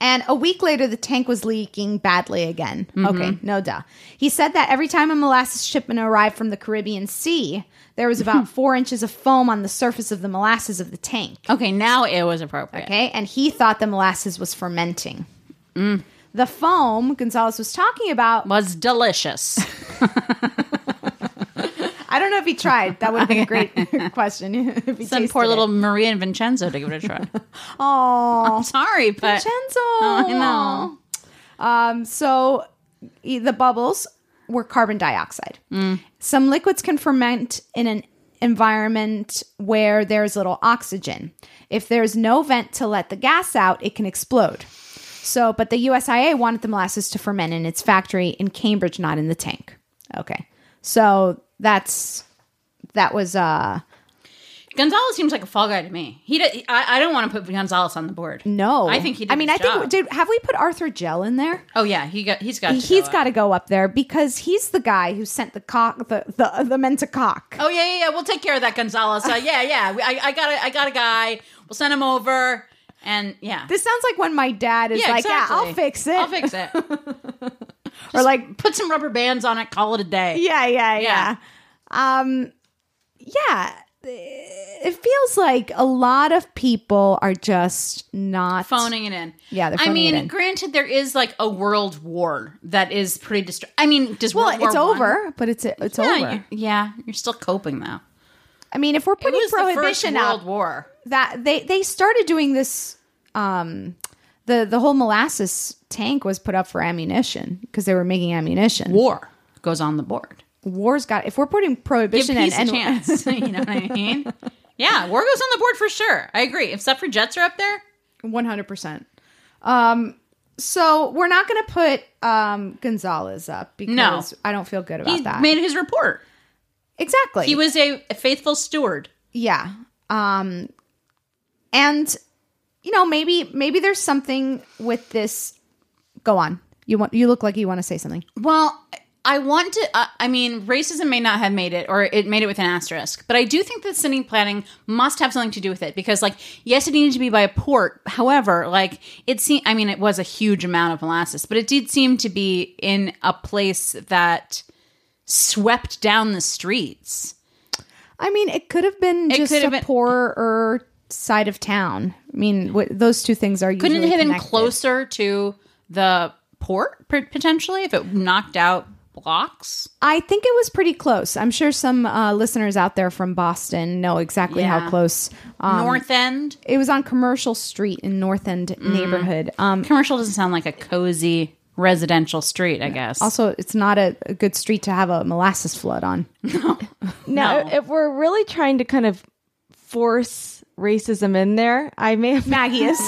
S6: And a week later, the tank was leaking badly again.
S7: Mhm.
S6: Okay, no duh. He said that every time a molasses shipment arrived from the Caribbean Sea, there was
S7: *laughs*
S6: about four inches of foam on the surface of the molasses of the tank.
S7: Okay, now it was appropriate.
S6: Okay, and he thought the molasses was fermenting. The foam Gonzalez was talking about
S7: Mm.
S6: *laughs*
S7: was delicious. *laughs*
S6: I don't know if he tried. That would have been a
S7: *laughs*
S6: great *laughs* question. if he
S7: Some poor
S6: tasted it.
S7: little Maria and Vincenzo to give it a
S6: *laughs*
S7: try.
S6: Oh,
S7: I'm sorry, but
S6: Vincenzo.
S7: *laughs* I know.
S6: Um, so e- the bubbles were carbon dioxide.
S7: Mm.
S6: Some liquids can ferment in an environment where there's little oxygen. If there's no vent to let the gas out, it can explode. So, but the USIA wanted the molasses to ferment in its factory in Cambridge, not in the tank. Okay. So that's that was uh
S7: Gonzalez seems like a fall guy to me. He, d- I, I don't want to put Gonzalez on the board.
S6: no.
S7: I think he. Did
S6: I mean,
S7: his
S6: I think
S7: job.
S6: did have we put Arthur Gel in there?
S7: Oh yeah, he got. He's got. To
S6: he's
S7: go
S6: got
S7: up.
S6: to go up there because he's the guy who sent the cock the the, the men to cock.
S7: Oh yeah, yeah, yeah. We'll take care of that, Gonzalez. Uh, yeah, yeah. We- I, I got a, I got a guy. We'll send him over, and yeah.
S6: This sounds like when my dad is
S7: Yeah,
S6: like,
S7: exactly.
S6: "Yeah, I'll fix it,"
S7: I'll fix it.
S6: *laughs* or like,
S7: Put some rubber bands on it. Call it a day.
S6: *laughs* "Yeah, yeah,
S7: Yeah.
S6: yeah." Um, yeah. It feels like a lot of people are just not
S7: Phoning it in.
S6: Yeah, they're
S7: I
S6: phoning it
S7: mean,
S6: in.
S7: granted, there is like a world war that is pretty distra I mean, does
S6: Well,
S7: World War
S6: it's
S7: One-
S6: over, but it's it's
S7: yeah,
S6: over.
S7: you- yeah, you're still coping though.
S6: I mean, if we're
S7: It
S6: putting
S7: was
S6: prohibition
S7: the
S6: out,
S7: first World War.
S6: that they they started doing this um the the whole molasses tank was put up for ammunition because they were making ammunition
S7: war goes on the board
S6: war's got if we're putting
S7: Give
S6: prohibition in
S7: peace
S6: *laughs*
S7: a chance. *laughs* you know what I mean? Yeah, war goes on the board for sure. I agree. If suffragettes are up there,
S6: 100% um So we're not going to put um, Gonzalez up because
S7: No.
S6: I don't feel good about
S7: he
S6: that.
S7: made his report.
S6: exactly.
S7: He was a, a faithful steward.
S6: Yeah. Um and you know, maybe maybe there's something with this go on. You want you look like you want to say something.
S7: Well, I want to. Uh, I mean, racism may not have made it, or it made it with an asterisk. But I do think that city planning must have something to do with it, because, like, yes, it needed to be by a port. However, like, it seemed. I mean, it was a huge amount of molasses, but it did seem to be in a place that swept down the streets.
S6: I mean, it could have been
S7: It
S6: just
S7: could
S6: a
S7: have been-
S6: poorer side of town. I mean, w- those two things are usually
S7: Couldn't it have been
S6: connected.
S7: closer to the port p- potentially if it knocked out blocks?
S6: I think it was pretty close. I'm sure some uh, listeners out there from Boston know exactly
S7: Yeah.
S6: how close.
S7: North End?
S6: Um,
S7: Mm.
S6: It was on Commercial Street in North End
S8: Mm.
S6: neighborhood. Um,
S7: Commercial doesn't sound like a cozy residential street, I guess.
S6: Also, it's not a, a good street to have a molasses flood on.
S8: Now, if we're really trying to kind of force racism in there, I may have
S6: Maggie
S8: *laughs*
S6: is.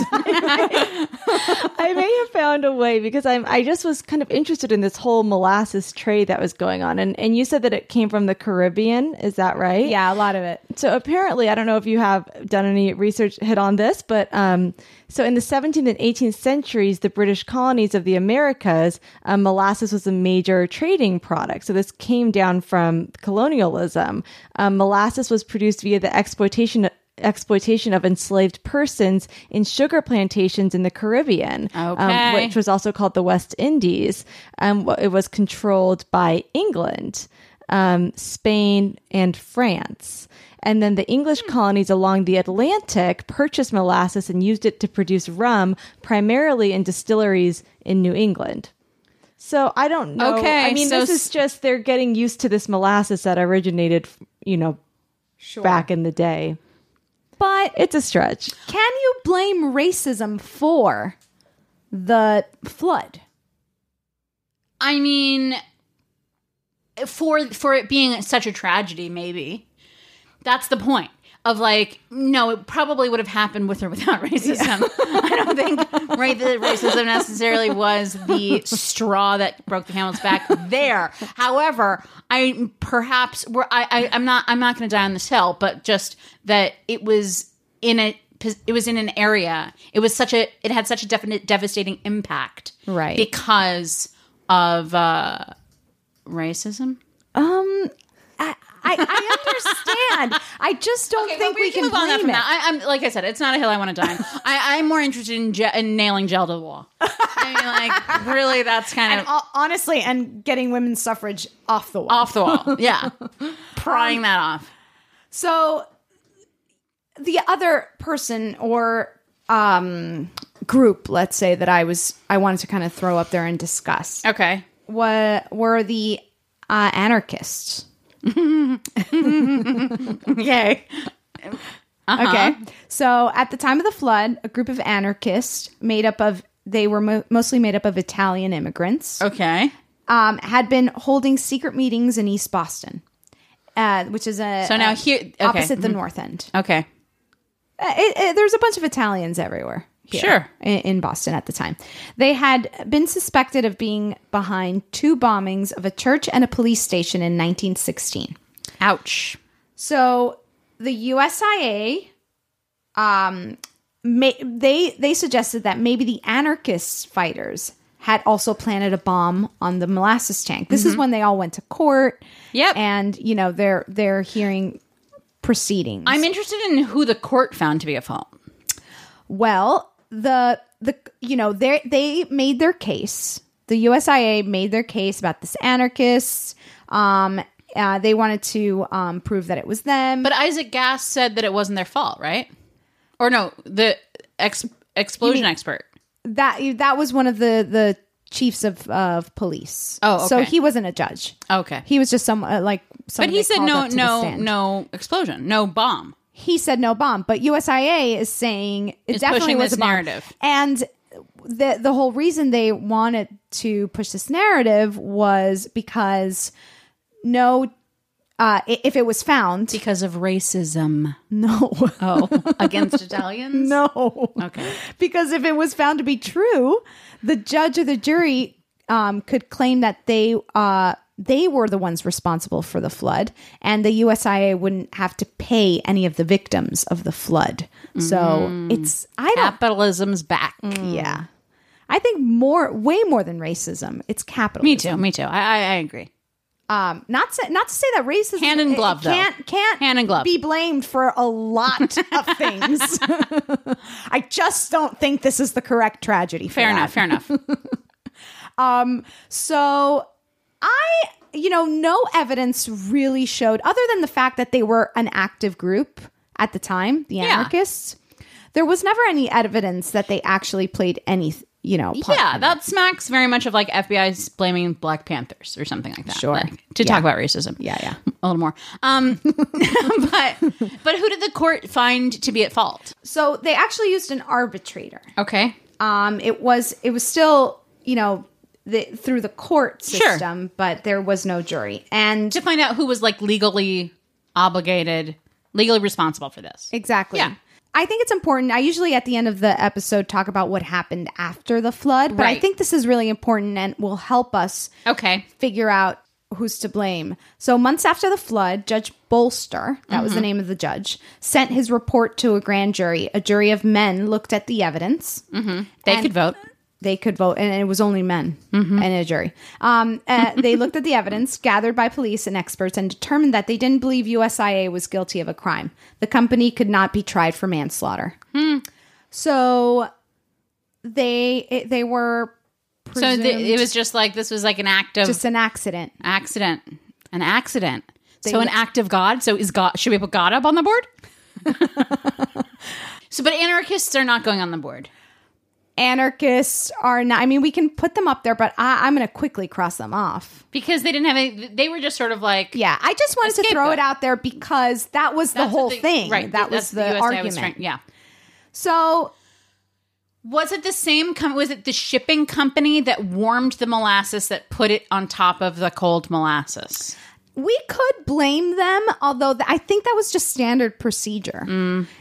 S8: I may have found a way because I'm. I just was kind of interested in this whole molasses trade that was going on, and and you said that it came from the Caribbean. Is that right?
S6: Yeah, a lot of it.
S8: So apparently, I don't know if you have done any research hit on this, but um, so in the 17th and 18th centuries, the British colonies of the Americas, um, molasses was a major trading product. So this came down from colonialism. Um, molasses was produced via the exploitation exploitation of enslaved persons in sugar plantations in the Caribbean, um,
S7: Okay.
S8: which was also called the West Indies. Um, wh- it was controlled by England, um, Spain, and France. And then the English
S7: Hmm.
S8: colonies along the Atlantic purchased molasses and used it to produce rum, primarily in distilleries in New England. So I don't know.
S7: Okay,
S8: Oh, I mean,
S7: so
S8: this
S7: s-
S8: is just they're getting used to this molasses that originated, you know, back in the day. But it's a stretch.
S6: Can you blame racism for the flood?
S7: I mean, for for it being such a tragedy, maybe that's the point of like, no, it probably would have happened with or without *laughs* racism. I don't think ra- that racism necessarily was the straw that broke the camel's back there. However, I perhaps were I, I I'm not I'm not going to die on this hill, but just that it was in a it was in an area. It was such a it had such a definite devastating impact
S6: Right.
S7: because of uh racism
S6: Um, *laughs* I, I understand. I just don't think we, can
S7: move on
S6: blame
S7: that from
S6: it.
S7: that. I, I'm like I said, it's not a hill I want to die on. I, I'm more interested in, je- in nailing gel to the wall. I mean, like really, that's kind
S6: and
S7: of
S6: ho- honestly, and getting women's suffrage off the wall. Um,
S7: off the wall.
S6: *laughs*
S7: Yeah, prying that off.
S6: So the other person or um, group, let's say that I was, I wanted to kind of throw up there and discuss.
S7: Okay.
S6: What were the uh,
S7: *laughs*
S6: anarchists?
S7: Yay. Uh-huh.
S6: Okay. So at the time of the flood, a group of anarchists made up of they were mo- mostly made up of Italian immigrants.
S7: Okay.
S6: Um, had been holding secret meetings in East Boston, uh, which is a
S7: So now
S6: a-
S7: here- okay.
S6: opposite the
S7: Mhm.
S6: North End.
S7: Okay.
S6: Uh, it, it- there's a bunch of Italians everywhere. here
S7: Sure.
S6: In, in Boston at the time. They had been suspected of being behind two bombings of a church and a police station in 1916.
S7: Ouch.
S6: So the USIA, um, may, they they suggested that maybe the anarchist fighters had also planted a bomb on the molasses tank. This is when they all went to court.
S7: Mm-hmm. Yep.
S6: and you know they're they're hearing proceedings.
S7: I'm interested in who the court found to be at fault.
S6: Well, the the you know they they made their case. The USIA made their case about this anarchists. Um, uh, they wanted to um, prove that it was them.
S7: But Isaac Gass said that it wasn't their fault, right? Or no, the Uh, ex- explosion expert.
S6: that that was one of the the chiefs of of police.
S7: Oh,
S6: so
S7: okay.
S6: he wasn't a judge.
S7: Okay.
S6: He was just some uh, like.
S7: But
S6: someone
S7: he
S6: they
S7: said
S6: called
S7: no,
S6: up to the
S7: no,
S6: stand.
S7: no explosion, no bomb.
S6: He said no bomb, but USIA is saying it
S7: It's
S6: definitely
S7: pushing
S6: was
S7: this
S6: a bomb.
S7: narrative.
S6: And the the whole reason they wanted to push this narrative was because no uh, i- if it was found
S7: because of racism.
S6: No.
S7: Oh,
S6: *laughs*
S7: against Italians?
S6: No.
S7: Okay.
S6: Because if it was found to be true, the judge or the jury um, could claim that they uh, they were the ones responsible for the flood, and the USIA wouldn't have to pay any of the victims of the flood. So
S7: Mm.
S6: it's I don't Mm.
S7: capitalism's back.
S6: Yeah, I think more, way more than racism. It's capitalism.
S7: Me too. Me too. I I, I agree.
S6: Um, not to, not to say that racism
S7: Hand and
S6: it- it
S7: glove, though.
S6: can't can't
S7: Hand and glove.
S6: be blamed for a
S7: *laughs*
S6: lot of things. I just don't think this is the correct tragedy. For
S7: Fair
S6: that.
S7: enough.
S6: *laughs*
S7: Fair enough.
S6: Um, so I, you know, no evidence really showed, other than the fact that they were an active group at the time, the anarchists. There was never any evidence that they actually played any, you know, part.
S7: yeah, that smacks very much of like FBI's blaming Black Panthers or something like that.
S6: Sure.
S7: Like, to
S6: Yeah.
S7: talk about racism.
S6: Yeah, yeah.
S7: A little more. Um, *laughs* but but who did the court find to be at fault?
S6: So they actually used an arbitrator.
S7: Okay.
S6: Um, it was it was still, you know, the, through the court
S7: Sure.
S6: system, but there was no jury. And
S7: to find out who was like legally obligated, legally responsible for this.
S6: Exactly. Yeah. I think it's important. I usually at the end of the episode talk about what happened after the flood, but I
S7: Right.
S6: think this is really important and will help us
S7: Okay.
S6: figure out who's to blame. So months after the flood, Judge Bolster, that was the
S7: Mhm.
S6: name of the judge, sent his report to a grand jury. A jury of men looked at the evidence.
S7: Mm-hmm. They
S6: And
S7: could vote. Mm-hmm.
S6: They could vote, and it was only men and a jury. Um,
S7: *laughs*
S6: uh, they looked at the evidence gathered by police and experts and determined that they didn't believe USIA was guilty of a crime. The company could not be tried for manslaughter.
S7: Hmm.
S6: So they it- they were
S7: So
S6: presumed
S7: th- it was just like this was like an act of
S6: just an accident.
S7: accident, an accident.
S6: They-
S7: so an act of God. So is God? Should we put God up on
S6: *laughs*
S7: the board? so, but anarchists are not going on the board.
S6: Anarchists are not. I mean, we can put them up there, but I, I'm going to quickly cross them off.
S7: Because they didn't have any, they were just sort of like,
S6: yeah, I just wanted to throw
S7: scapegoat.
S6: it out there because that was the
S7: That's what
S6: whole
S7: the-
S6: thing.
S7: right,
S6: That was
S7: that's the
S6: the,
S7: USA was
S6: argument.
S7: trying- yeah.
S6: So
S7: Was it the same? Com- was it the shipping company that warmed the molasses that put it on top of the cold molasses?
S6: we could blame them, although th- I think that was just standard procedure.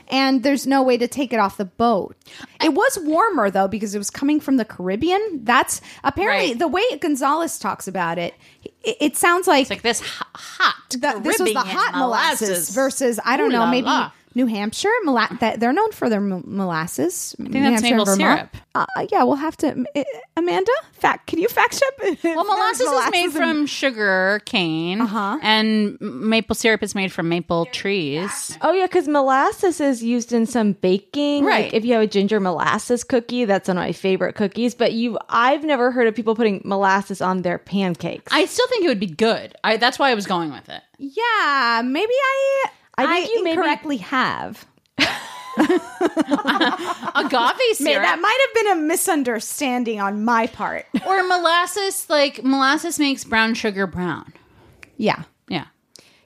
S6: And there's no way to take it off the boat. It was warmer though because it was coming from the Caribbean. That's apparently
S7: Right.
S6: the way Gonzalez talks about it. It, it sounds like
S7: like this hot.
S6: this was the
S7: Caribbean
S6: hot molasses,
S7: molasses.
S6: versus I don't
S7: Ooh
S6: know
S7: la
S6: maybe
S7: la.
S6: New Hampshire. Mola- that they're known for their mo- molasses. I
S7: think that's maple syrup.
S6: Uh, yeah, we'll have to. uh, Amanda, fact? Can you fact check? *laughs* if
S7: Well,
S6: there's
S7: molasses, is made
S6: in-
S7: from sugar cane, uh-huh. and m- maple syrup is made from maple trees.
S8: Oh yeah, because molasses is used in some baking.
S7: Right.
S8: Like if you have a ginger molasses cookie, that's one of my favorite cookies. But you, I've never heard of people putting molasses on their pancakes.
S7: I still think it would be good. I, that's why I was going with it.
S6: Yeah, maybe I. I,
S8: think you maybe- *laughs*
S6: incorrectly have.
S7: Agave
S6: May,
S7: syrup
S6: that might have been a misunderstanding on my part.
S7: or molasses, like molasses makes brown sugar brown.
S6: Yeah.
S7: Yeah.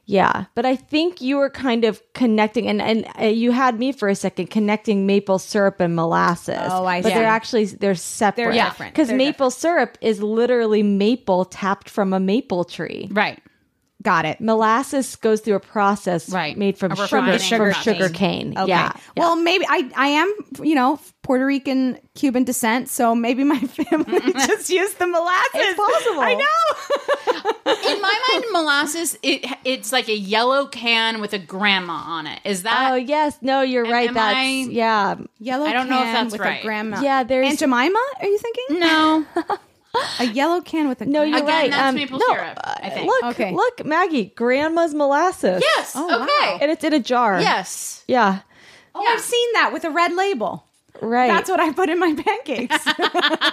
S8: Yeah, but I think you were kind of connecting, and and uh, you had me for a second connecting maple syrup and molasses.
S6: Oh, I
S8: But
S6: see.
S8: they're actually they're separate.
S7: different.
S8: Because
S7: They're
S8: maple syrup is literally maple tapped from a maple tree.
S7: Right.
S6: Got it.
S8: Molasses goes through a process
S7: right.
S8: made from
S7: A
S8: sugar
S7: refining
S8: from
S7: process.
S8: sugar cane. Yeah.
S6: Well, maybe I I am, you know, Puerto Rican Cuban descent, so maybe my *laughs* family
S8: Mm-hmm.
S6: just used the molasses. It's
S8: *laughs*
S6: possible. I know.
S7: In my mind, molasses it it's like a yellow can with a grandma on it. Is that
S8: Oh yes, no, you're right.
S7: am
S8: That's
S7: I-
S8: yeah.
S6: Yellow
S7: I don't know if
S6: can
S7: that's
S6: with
S7: right.
S6: a grandma.
S8: Yeah, there's-
S6: Aunt Jemima, are you
S8: *laughs*
S6: thinking?
S7: no?
S6: A yellow can with a
S8: No, you're
S7: Again,
S8: right.
S7: that's
S8: um,
S7: maple
S8: no,
S7: syrup. I think.
S8: Look,
S6: Okay.
S8: look, Maggie, grandma's molasses.
S7: Yes. okay.
S8: and it's in a jar.
S7: Yes.
S8: Yeah.
S6: Oh, I've seen that with a red label.
S8: Right.
S6: That's what I put in my pancakes.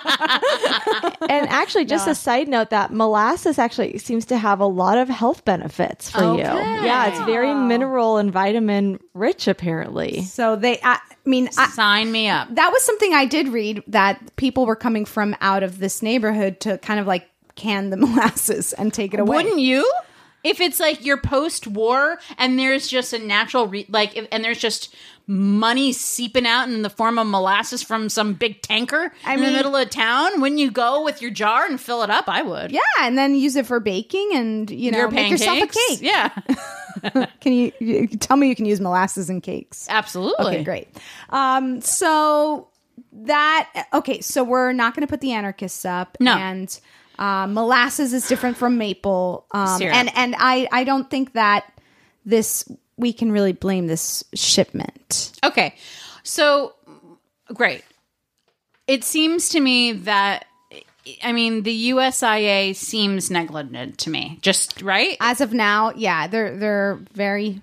S6: *laughs*
S8: and actually, just a side note that molasses actually seems to have a lot of health benefits for you. Yeah, it's very mineral and vitamin rich, apparently.
S6: so they I mean, I,
S7: Sign me up.
S6: that was something I did read that people were coming from out of this neighborhood to kind of like can the *laughs* molasses and take it away.
S7: Wouldn't you? If it's like you're post war and there's just a natural, re- like, if, and there's just money seeping out in the form of molasses from some big tanker
S6: I
S7: in
S6: mean-
S7: the middle of town, when you go with your jar and fill it up, I would.
S6: Yeah, and then use it for baking and, you know,
S7: Your
S6: make yourself a
S7: pancakes?
S6: cake.
S7: Yeah.
S6: *laughs* can you, you tell me you can use molasses in cakes?
S7: Absolutely.
S6: Okay, great. Um, so that okay, so we're not going to put the anarchists up.
S7: No.
S6: and uh, molasses is different from maple. Um,
S7: Syrup.
S6: and and I I don't think that this we can really blame this shipment.
S7: Okay. So great. It seems to me that I mean the USIA seems negligent to me. Just right?
S6: As of now, yeah, they're they're very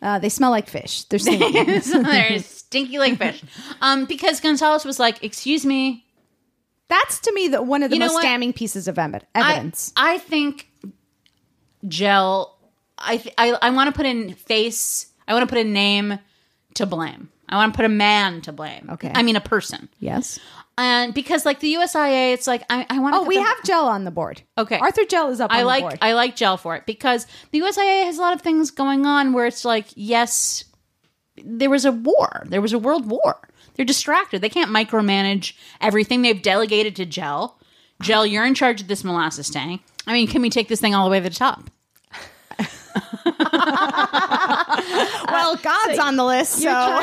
S6: uh, they smell like fish. *laughs*
S7: *laughs*
S6: They're stinky. *laughs*
S7: So They're stinky like fish. Um, because Gonzalez was like, "Excuse me,
S6: That's to me the one of the
S7: You know
S6: most
S7: what?
S6: damning pieces of evi-
S7: I-
S6: evidence.
S7: I, think Jill. I th- I, I want to put in face. I want to put a name to blame. I want to put a man to blame.
S6: Okay.
S7: I mean a person.
S6: yes.
S7: And because like the USIA, it's like I, I want.
S6: Oh, we have gel on the board.
S7: Okay.
S6: Arthur Gel is up.
S7: I
S6: on
S7: like
S6: the board.
S7: I like gel for it because the USIA has a lot of things going on where it's like, yes, there was a war. There was a world war. They're distracted. They can't micromanage everything. They've delegated to gel. Gel, you're in charge of this molasses tank. I mean, can we take this thing all the way to the top?
S8: Uh,
S6: well, God's on the list, so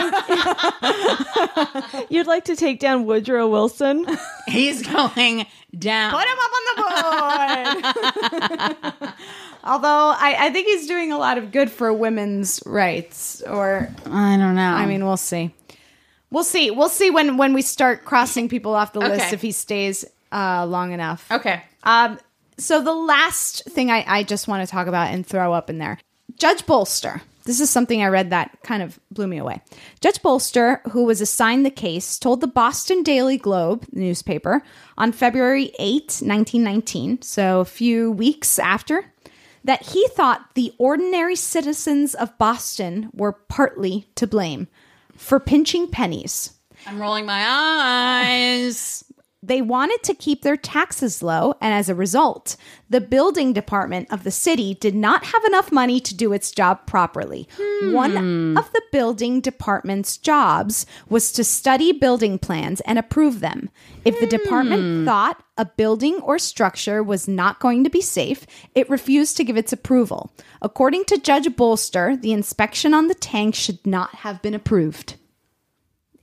S8: *laughs* You'd like to take down Woodrow Wilson?
S7: He's going down.
S6: Put him up on the board. *laughs* Although I, I think he's doing a lot of good for women's rights, or
S7: I don't know.
S6: I mean, we'll see. We'll see. We'll see when when we start crossing people off the
S7: Okay.
S6: list if he stays uh, long enough.
S7: Okay.
S6: Um, so the last thing I, I just want to talk about and throw up in there Judge Bolster. This is something I read that kind of blew me away. Judge Bolster, who was assigned the case, told the Boston Daily Globe newspaper on February 8, 1919, so a few weeks after, that he thought the ordinary citizens of Boston were partly to blame for pinching pennies.
S7: I'm rolling my eyes.
S6: They wanted to keep their taxes low, and as a result, the building department of the city did not have enough money to do its job properly. One of the building department's jobs was to study building plans and approve them. If the department thought a building or structure was not going to be safe, it refused to give its approval. According to Judge Bolster, the inspection on the tank should not have been approved.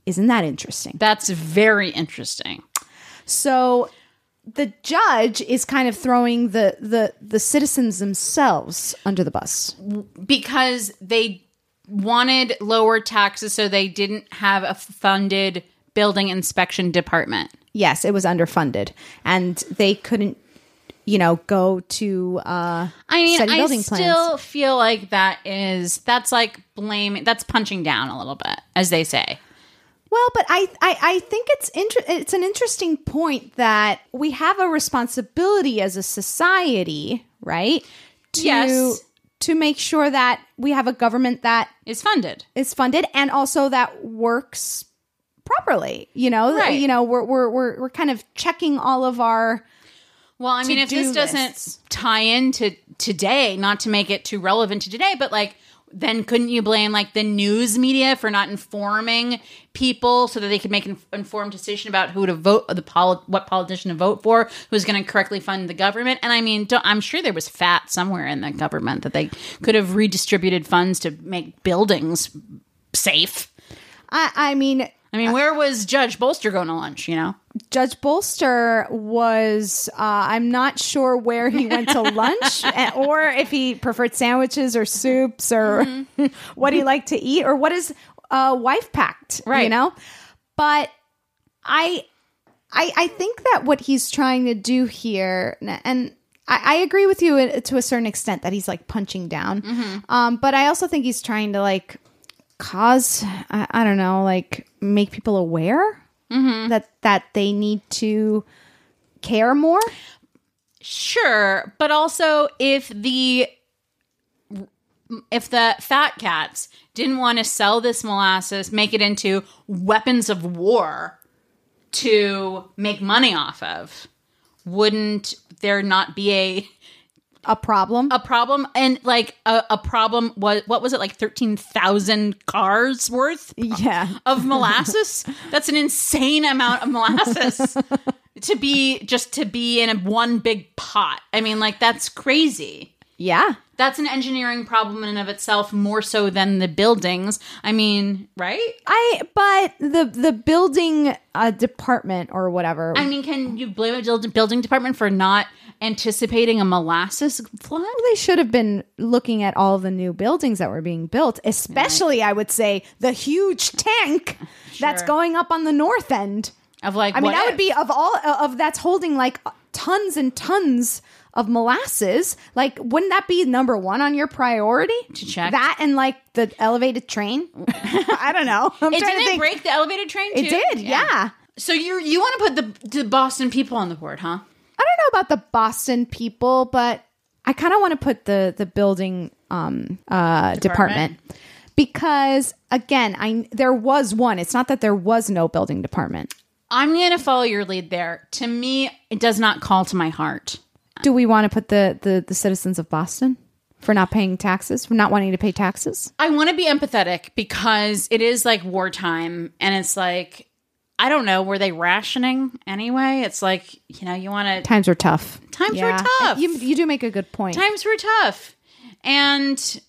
S6: Isn't that interesting?
S7: That's very interesting.
S6: So the judge is kind of throwing the the the citizens themselves under the bus.
S7: because they wanted lower taxes so they didn't have a funded building inspection department
S6: Yes, it was underfunded and they couldn't you know go to uh
S7: i mean
S6: study
S7: i
S6: building
S7: still
S6: plans.
S7: feel like that is that's like blaming that's punching down a little bit as they say
S6: Well, but I I, I think it's inter- it's an interesting point that we have a responsibility as a society, right? To
S7: Yes.
S6: to make sure that we have a government that
S7: is funded
S6: is funded and also that works properly. You know,
S7: Right.
S6: you know, we're we're we're we're kind of checking all of our
S7: well i mean if this
S6: To-do lists.
S7: doesn't tie into today not to make it too relevant to today but like then couldn't you blame like the news media for not informing people so that they could make an informed decision about who to vote the poli- what politician to vote for who's going to correctly fund the government and i mean don't, i'm sure there was fat somewhere in the government that they could have redistributed funds to make buildings safe
S6: I, I mean,
S7: i mean where was judge bolster going to lunch you know
S6: Judge Bolster was, uh, I'm not sure where he went to lunch eh, or if he preferred sandwiches or soups or *laughs* what he liked to eat or what his uh, wife packed, you
S7: Right.
S6: know? But I, I, I think that what he's trying to do here, n- and I, I agree with you eh, to a certain extent that he's like punching down. Um, but I also think he's trying to like cause, I, I don't know, like make people aware that that they need to care more.
S7: Sure, but also if the if the fat cats didn't want to sell this molasses, make it into weapons of war to make money off of, wouldn't there not be a
S6: a problem.
S7: A problem, and like a, a problem was what was it like thirteen thousand cars worth?
S6: Yeah, *laughs*
S7: of molasses. That's an insane amount of molasses to be just to be in a, one big pot. I mean, like that's crazy.
S6: Yeah,
S7: that's an engineering problem in and of itself, more so than the buildings. I mean, right?
S6: I but the the building uh, department or whatever.
S7: I mean, can you blame a build- building department for not anticipating a molasses flood?
S6: Well, they should have been looking at all the new buildings that were being built, especially I would say the huge tank sure. that's going up on the north end.
S7: Of like,
S6: I mean,
S7: that
S6: would be of all uh, of that's holding like uh, tons and tons of molasses. Like, wouldn't that be number one on your priority
S7: to check
S6: that and like the elevated train?
S7: *laughs*
S6: I don't know.
S7: I'm it didn't break the elevated train. Too?
S6: It did. Yeah. yeah.
S7: So you you want to put the the Boston people on the board, huh?
S6: I don't know about the Boston people, but I kind of want to put the the building um uh department. department because again, I there was one. It's not that there was no building department.
S7: I'm going to follow your lead there. To me, it does not call to my heart.
S6: Do we want to put the, the, the, citizens of Boston for not paying taxes, for not wanting to pay taxes?
S7: I want to be empathetic because it is like wartime and it's like, I don't know, were they rationing anyway? It's like, you know, you want to.
S6: Times were tough.
S7: Times yeah. were tough.
S6: Uh, You, you do make a good point.
S7: Times were tough. And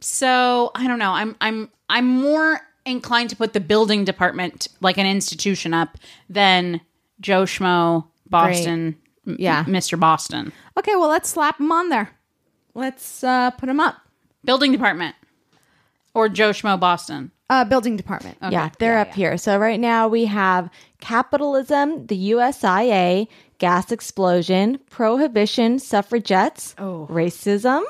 S7: so I don't know. I'm, I'm, I'm more inclined to put the building department like an institution up than Joe Schmo, Boston,
S6: Great. yeah,
S7: m- Mr. Boston.
S6: Okay, well let's slap him on there. Let's uh, put him up.
S7: Building department or Joe Schmo, Boston.
S6: Uh, building department.
S8: Okay. Yeah, they're yeah, up yeah. here. So right now we have capitalism, the USIA, gas explosion, prohibition, suffragettes,
S7: oh.
S8: racism,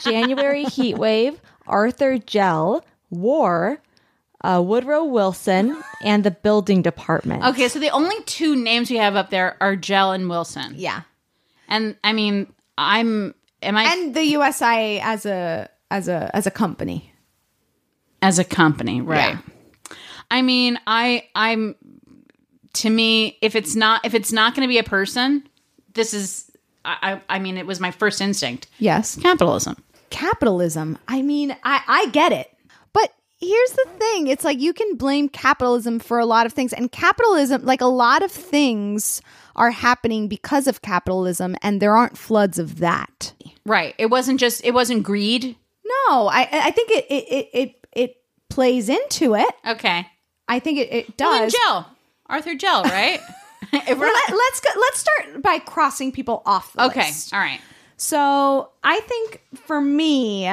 S8: January heat wave, Arthur Gell, war, uh, Woodrow Wilson, and the building department.
S7: Okay, so the only two names we have up there are Gel and Wilson.
S6: Yeah,
S7: and I mean, I'm am I
S6: and the USI as a as a as a company,
S7: as a company, right? Yeah. I mean, I I'm to me, if it's not if it's not going to be a person, this is. I, I mean, it was my first instinct.
S6: Yes.
S7: Capitalism.
S6: Capitalism. I mean, I, I get it here's the thing it's like you can blame capitalism for a lot of things and capitalism like a lot of things are happening because of capitalism and there aren't floods of that
S7: right it wasn't just it wasn't greed
S6: no i i think it it it it, plays into it
S7: okay
S6: i think it, it does
S7: well, gel arthur
S6: *laughs*
S7: gel right *laughs*
S6: well, let, us go let's start by crossing people off
S7: okay
S6: list.
S7: all right
S6: so i think for me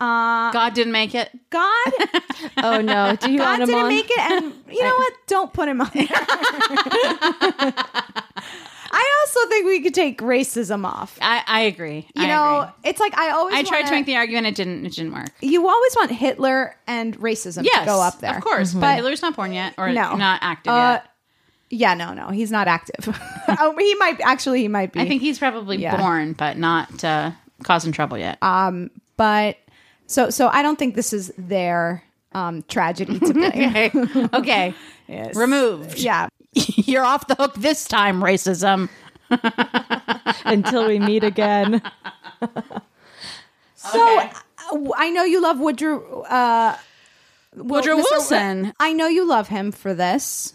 S6: uh,
S7: God didn't make it. *laughs*
S6: God.
S8: oh no! Do you
S6: God
S8: didn't
S6: on? make it, and you know what? Don't put him on. *laughs* I also think we could take racism off.
S7: I, I agree.
S6: You
S7: I
S6: know,
S7: agree.
S6: it's like I always.
S7: I tried
S6: wanna,
S7: to make the argument. It didn't. It didn't work.
S6: You always want Hitler and racism yes, to go up there,
S7: of course. Mm-hmm. But Hitler's not born yet, or no. not active uh, yet.
S6: Yeah, no, no, he's not active. *laughs* oh, he might actually. He might be.
S7: I think he's probably yeah. born, but not uh, causing trouble yet.
S6: Um, but so so I don't think this is their um, tragedy to
S7: play. *laughs* okay. okay. Yes. Removed.
S6: Yeah.
S7: *laughs* You're off the hook this time, racism. *laughs*
S8: Until we meet again.
S6: so okay. I know you love Woodrow uh,
S7: Woodrow Mr. Wilson.
S6: I know you love him for this.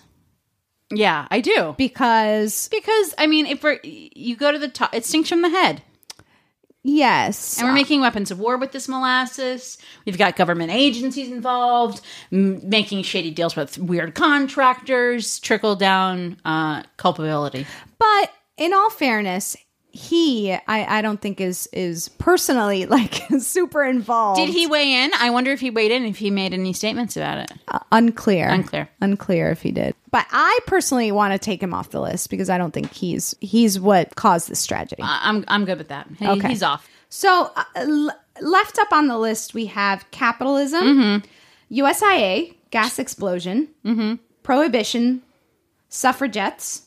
S7: Yeah, I do.
S6: Because
S7: because I mean if we're, you go to the top it stinks from the head.
S6: Yes.
S7: And we're making weapons of war with this molasses. We've got government agencies involved, m- making shady deals with weird contractors, trickle down uh, culpability.
S6: But in all fairness, he I, I don't think is is personally *laughs* like super involved.
S7: Did he weigh in? I wonder if he weighed in if he made any statements about it.
S6: Uh, unclear.
S7: Unclear.
S6: Unclear if he did. But I personally want to take him off the list because I don't think he's he's what caused this tragedy. Uh,
S7: I'm I'm good with that. He, okay. he's off.
S6: So uh, l- left up on the list we have capitalism,
S7: mm-hmm.
S6: USIA, gas explosion,
S7: mm-hmm.
S6: prohibition, suffragettes.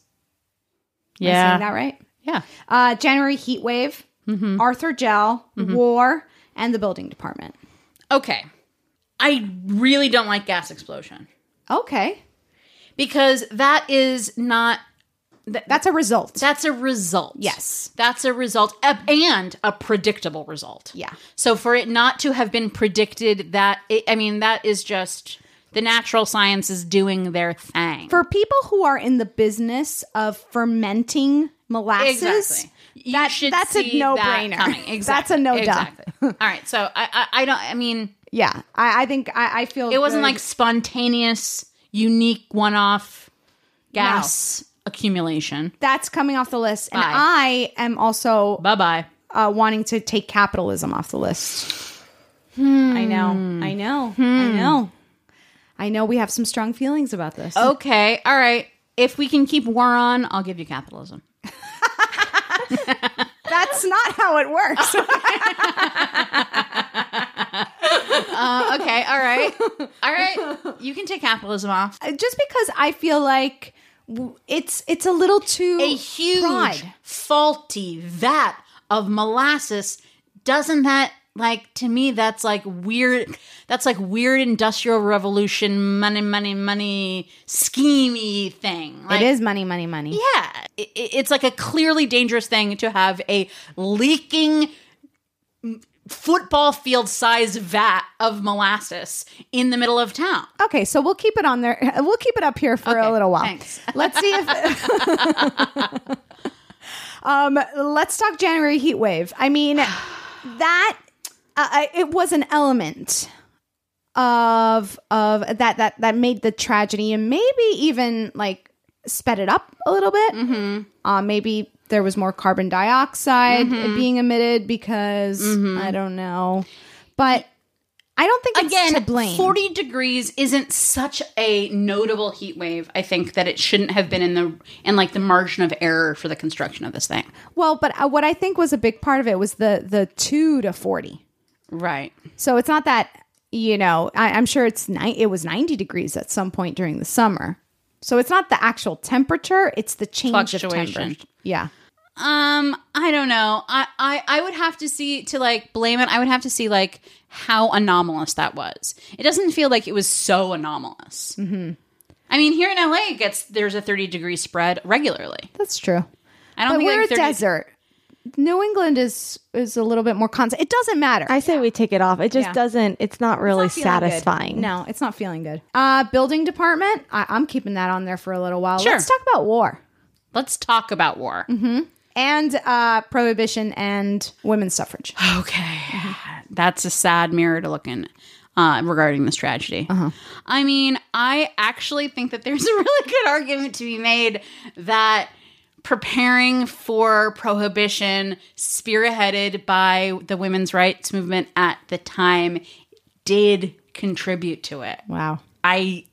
S7: Yeah.
S6: Am that right?
S7: Yeah.
S6: Uh, January heat wave,
S7: mm-hmm.
S6: Arthur Gel, mm-hmm. war, and the building department.
S7: Okay. I really don't like gas explosion.
S6: Okay.
S7: Because that is not
S6: that's a result.
S7: That's a result.
S6: Yes.
S7: That's a result a- and a predictable result.
S6: Yeah.
S7: So for it not to have been predicted that it, I mean that is just the natural sciences doing their thing.
S6: For people who are in the business of fermenting molasses,
S7: Exactly. You
S6: that,
S7: should
S6: that's
S7: see
S6: a no
S7: that
S6: brainer.
S7: coming.
S6: *laughs* That's
S7: Exactly.
S6: a no duh.
S7: Exactly.
S6: *laughs*
S7: All right. So I, I I don't I mean
S6: Yeah. I, I think I, I feel
S7: it wasn't
S6: good.
S7: like spontaneous, unique one-off gas accumulation.
S6: that's coming off the list. And
S7: Bye.
S6: I am also
S7: bye bye
S6: uh, wanting to take capitalism off the list. I know.
S7: Hmm.
S6: I know. I know. I know we have some strong feelings about this.
S7: Okay. All right. If we can keep war on, I'll give you capitalism.
S6: *laughs* That's not how it works.
S7: *laughs* Uh, okay. All right. All right. You can take capitalism off.
S6: Uh, Just because I feel like w- it's it's a little too
S7: A huge,
S6: pride.
S7: faulty vat of molasses. Doesn't that like to me? That's like weird. That's like weird industrial revolution money, money, money schemey thing. Like,
S6: it is money, money, money.
S7: Yeah, i- i- it's like a clearly dangerous thing to have a leaking m- football field size vat of molasses in the middle of town.
S6: Okay, so we'll keep it on there. *laughs* We'll keep it up here for a little while. *laughs*
S7: thanks.
S6: Let's see
S7: *laughs*
S6: if. um, let's talk January heat wave. I
S7: *sighs*
S6: mean, that uh, I- it was an element of of that that that made the tragedy and maybe even like sped it up a little bit.
S7: Mm-hmm.
S6: Uh, maybe there was more carbon dioxide
S7: Mm-hmm.
S6: being emitted because I don't know, but. I don't think it's
S7: Again,
S6: to blame.
S7: 40 degrees isn't such a notable heat wave. I think that it shouldn't have been in the in like the margin of error for the construction of this thing.
S6: Well, but uh, what I think was a big part of it was the the two to forty.
S7: Right.
S6: So it's not that you know. I, I'm sure it's ni- It was ninety degrees at some point during the summer. So it's not the actual temperature; it's the change of
S7: Fluctuation.
S6: temperature. Yeah.
S7: Um, I don't know. I, I I would have to see to like blame it. I would have to see like how anomalous that was. It doesn't feel like it was so anomalous.
S6: Hmm.
S7: Mm-hmm. I mean, here in LA, it gets there's a 30 degree spread regularly.
S6: That's true.
S7: I don't
S6: but
S7: think
S6: we're
S7: like
S6: a
S7: 30
S6: desert. New England is is a little bit more constant. It doesn't matter.
S8: I say we take it off. It just
S6: Yeah.
S8: doesn't. It's not really
S6: Feeling good.
S8: satisfying. *laughs*
S6: No, it's not feeling good. Uh, building department. I, I'm keeping that on there for a little while.
S7: Sure.
S6: Let's talk about war
S7: Let's talk about war.
S6: and uh, prohibition and women's suffrage. Mm-hmm.
S7: Okay, that's a sad mirror to look in. Uh, regarding this tragedy,
S6: Uh-huh.
S7: I mean, I actually think that there's *laughs* a really good argument to be made that preparing for prohibition, spearheaded by the women's rights movement at the time, did contribute to it.
S6: Wow.
S7: I,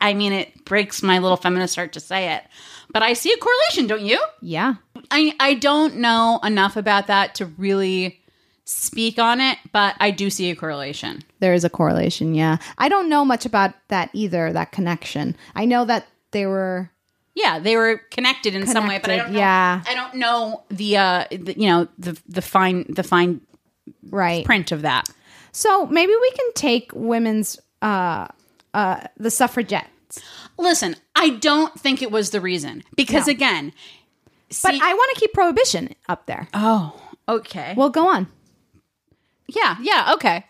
S7: I mean, it breaks my little feminist heart to say it, but I see a correlation, don't you?
S6: Yeah.
S7: I I don't know enough about that to really speak on it, but I do see a correlation.
S6: There is a correlation, yeah. I don't know much about that either, that connection. I know that they were
S7: Yeah, they were connected in some way, but I
S6: Connected,
S7: don't know.
S6: yeah.
S7: I don't know the uh the, you know the the fine the fine
S6: right.
S7: print of that.
S6: So maybe we can take women's uh uh the suffragettes.
S7: Listen, I don't think it was the reason because
S6: No.
S7: again,
S6: But
S7: see-
S6: I want to keep prohibition up there.
S7: oh okay
S6: Well, go on.
S7: yeah yeah okay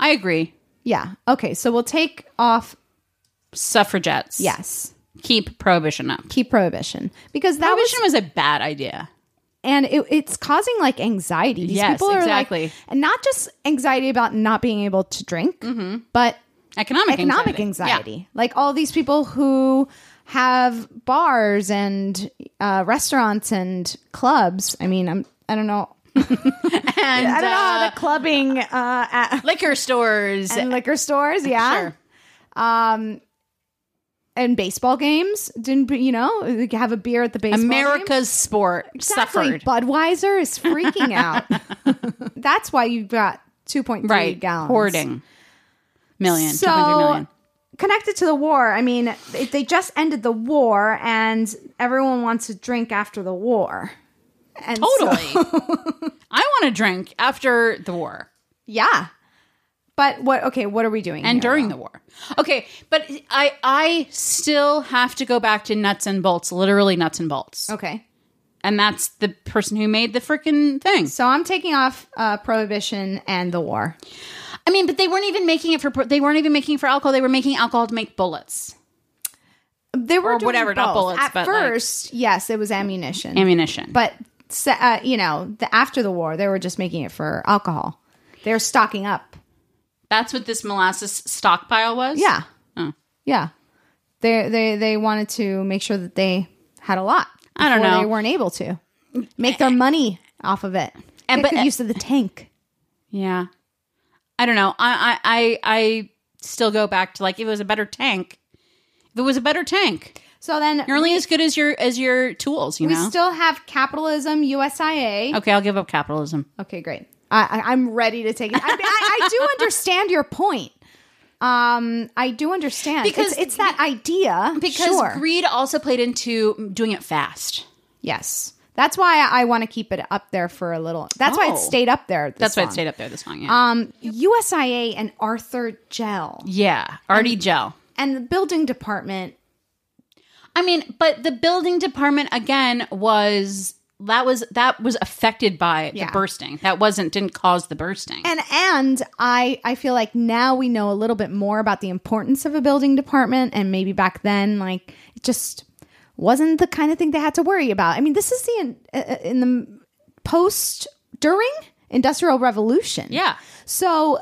S7: I agree
S6: Yeah. Okay, so we'll take off
S7: suffragettes
S6: yes.
S7: keep prohibition up
S6: Keep prohibition because that was
S7: prohibition was a bad idea
S6: and it, it's causing like anxiety. These
S7: Yes,
S6: people are
S7: exactly.
S6: like, and not just anxiety about not being able to drink, but
S7: economic
S6: economic
S7: Yeah.
S6: anxiety. Like all these people who have bars and uh, restaurants and clubs. I mean, I'm I don't know.
S7: and
S6: I don't know
S7: uh,
S6: how the clubbing uh, at *laughs*
S7: liquor stores
S6: and liquor stores, yeah,
S7: Sure.
S6: um, and baseball games. Didn't you know? like, Have a beer at the baseball. game.
S7: America's sport
S6: Exactly.
S7: suffered.
S6: Budweiser is freaking
S7: *laughs*
S6: out. That's why you got two point three
S7: right.
S6: gallons.
S7: Hoarding. Million.
S6: So,
S7: 2.3 million.
S6: connected to the war, I mean, they, they just ended the war and everyone wants to drink after the war. And so-
S7: Totally. I want to drink after the war.
S6: *laughs* yeah. But what? Okay, what are we doing?
S7: and
S6: here,
S7: during
S6: though?
S7: the war. Okay, but I I still have to go back to nuts and bolts, literally nuts and bolts.
S6: Okay.
S7: And that's the person who made the freaking thing.
S6: So I'm taking off uh, prohibition and the war.
S7: I mean, but they weren't even making it for pro- they weren't even making it for alcohol. They were making alcohol to make bullets.
S6: They were
S7: Or
S6: doing
S7: whatever, not
S6: both.
S7: bullets,
S6: At
S7: but, like-
S6: first, yes, it was ammunition.
S7: Ammunition.
S6: But se- uh, you know, the, after the war, they were just making it for alcohol. They were stocking up.
S7: That's what this molasses stockpile was.
S6: Yeah,
S7: Oh.
S6: yeah. They they they wanted to make sure that they had a lot.
S7: I don't
S6: before
S7: know. Eh.
S6: They weren't able to make their money off of it.
S7: And
S6: And
S7: but- eh,
S6: but use of the tank.
S7: Yeah. I don't know. I I I, I still go back to like if it was a better tank. If it was a better tank,
S6: So then
S7: you're only as good as your as your tools. You
S6: we
S7: know.
S6: still have capitalism, USIA.
S7: okay, I'll give up capitalism.
S6: Okay, great. I, I, I'm ready to take it. I, I, I
S7: *laughs*
S6: do understand your point. Um, I do understand
S7: Because-
S6: because it's, it's that idea.
S7: Because
S6: sure.
S7: greed also played into doing it fast.
S6: yes, that's why I, I want to keep it up there for a little. That's why
S7: Oh.
S6: it stayed up there.
S7: That's why it stayed up there this long. Yeah.
S6: Um, USIA and Arthur Gel
S7: yeah. Artie Gel.
S6: and the building department.
S7: I mean, but the building department again was that was that was affected by
S6: Yeah.
S7: the bursting. That wasn't didn't cause the bursting.
S6: And and I I feel like now we know a little bit more about the importance of a building department and maybe back then like it just wasn't the kind of thing they had to worry about. I mean, this is the in, in the post during industrial revolution.
S7: yeah.
S6: So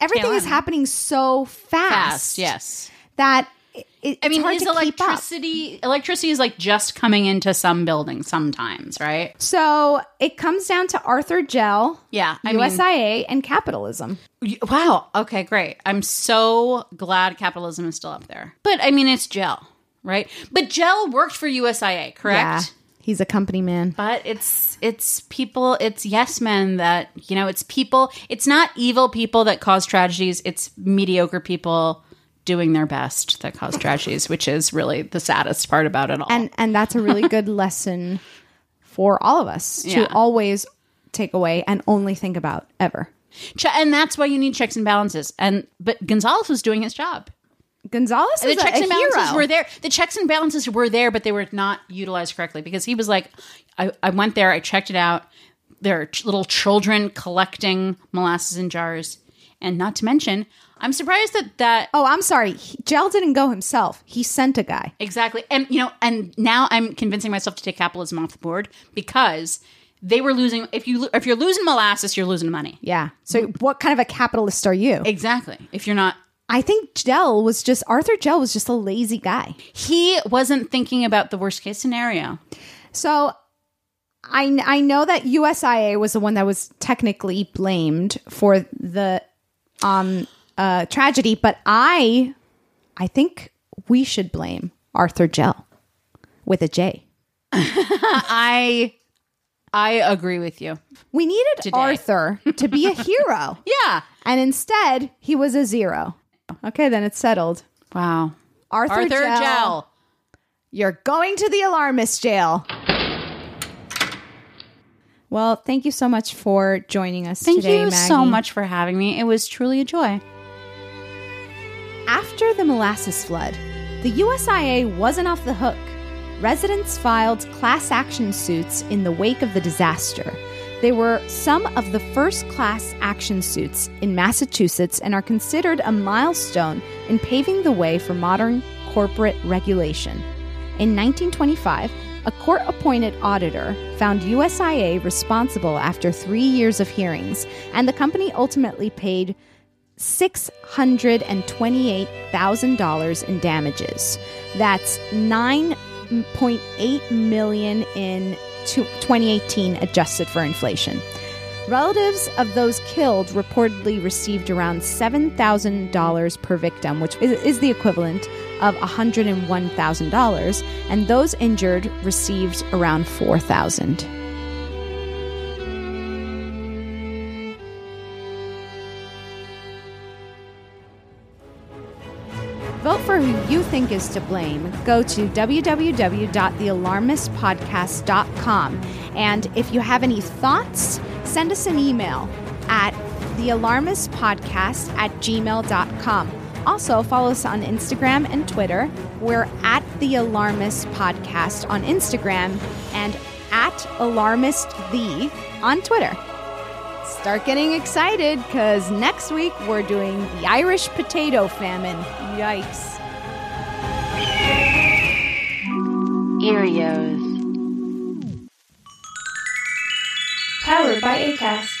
S6: everything
S7: Tail
S6: is
S7: end.
S6: happening so fast.
S7: Fast, yes.
S6: That it, it's
S7: I mean,
S6: hard
S7: is
S6: to keep up.
S7: electricity electricity is like just coming into some buildings sometimes, right?
S6: So it comes down to Arthur Gell,
S7: Yeah. I mean-
S6: USIA, and capitalism.
S7: Y- Wow. Okay, great. I'm so glad capitalism is still up there. But I mean, it's gel, right? But gel worked for USIA, correct?
S6: He's a company man.
S7: But it's it's people, it's yes men that you know, it's people. It's not evil people that cause tragedies. It's mediocre people doing their best that cause tragedies, which is really the saddest part about it all.
S6: and and that's a
S7: *laughs*
S6: really good lesson for all of us to
S7: Yeah.
S6: always take away and only think about ever.
S7: Che- and that's why you need checks and balances. And but Gonzalez was doing his job.
S6: Gonzalez
S7: And
S6: is
S7: the checks
S6: a,
S7: and
S6: a
S7: balances
S6: hero.
S7: were there. The checks and balances were there, but they were not utilized correctly because he was like, I, I went there, I checked it out. There are ch- little children collecting molasses in jars, and not to mention, I'm surprised that that
S6: Oh, I'm sorry. He, Gel didn't go himself. He sent a guy.
S7: exactly. And you know, and now I'm convincing myself to take capitalism off the board because they were losing. If you lo- if you're losing molasses, you're losing money.
S6: Yeah. So what kind of a capitalist are you?
S7: Exactly. If you're not
S6: I think Gel was just Arthur Gel was just a lazy guy.
S7: he wasn't thinking about the worst case scenario.
S6: So I kn- I know that USIA was the one that was technically blamed for the um uh tragedy, but I I think we should blame Arthur Gel with a J.
S7: *laughs* I I agree with you.
S6: We needed
S7: Today.
S6: Arthur to be a
S7: *laughs*
S6: hero.
S7: Yeah.
S6: And instead, he was a zero. Okay, then it's settled.
S7: Wow.
S6: Arthur,
S7: Arthur
S6: Gel,
S7: Gel.
S6: you're going to the alarmist jail. Well, thank you so much for joining us
S7: Thank
S6: today,
S7: you
S6: Maggie.
S7: so much for having me. It was truly a joy.
S6: After the molasses flood, the USIA wasn't off the hook. Residents filed class action suits in the wake of the disaster. They were some of the first class action suits in Massachusetts and are considered a milestone in paving the way for modern corporate regulation. In 1925, a court appointed auditor found USIA responsible after three years of hearings, and the company ultimately paid $628,000 in damages. That's 9.8 million in two- 2018 adjusted for inflation. Relatives of those killed reportedly received around $7,000 per victim, which is, is the equivalent of $101,000, and those injured received around 4000 dollars Vote for who you think is to blame. Go to www.thealarmistpodcast.com. And if you have any thoughts, send us an email at thealarmistpodcast at gmail.com. Also, follow us on Instagram and Twitter. We're at The Alarmist Podcast on Instagram and at Alarmist The on Twitter. Start getting excited because next week we're doing the Irish potato famine. Yikes.
S4: Erios.
S9: Powered by ACAST.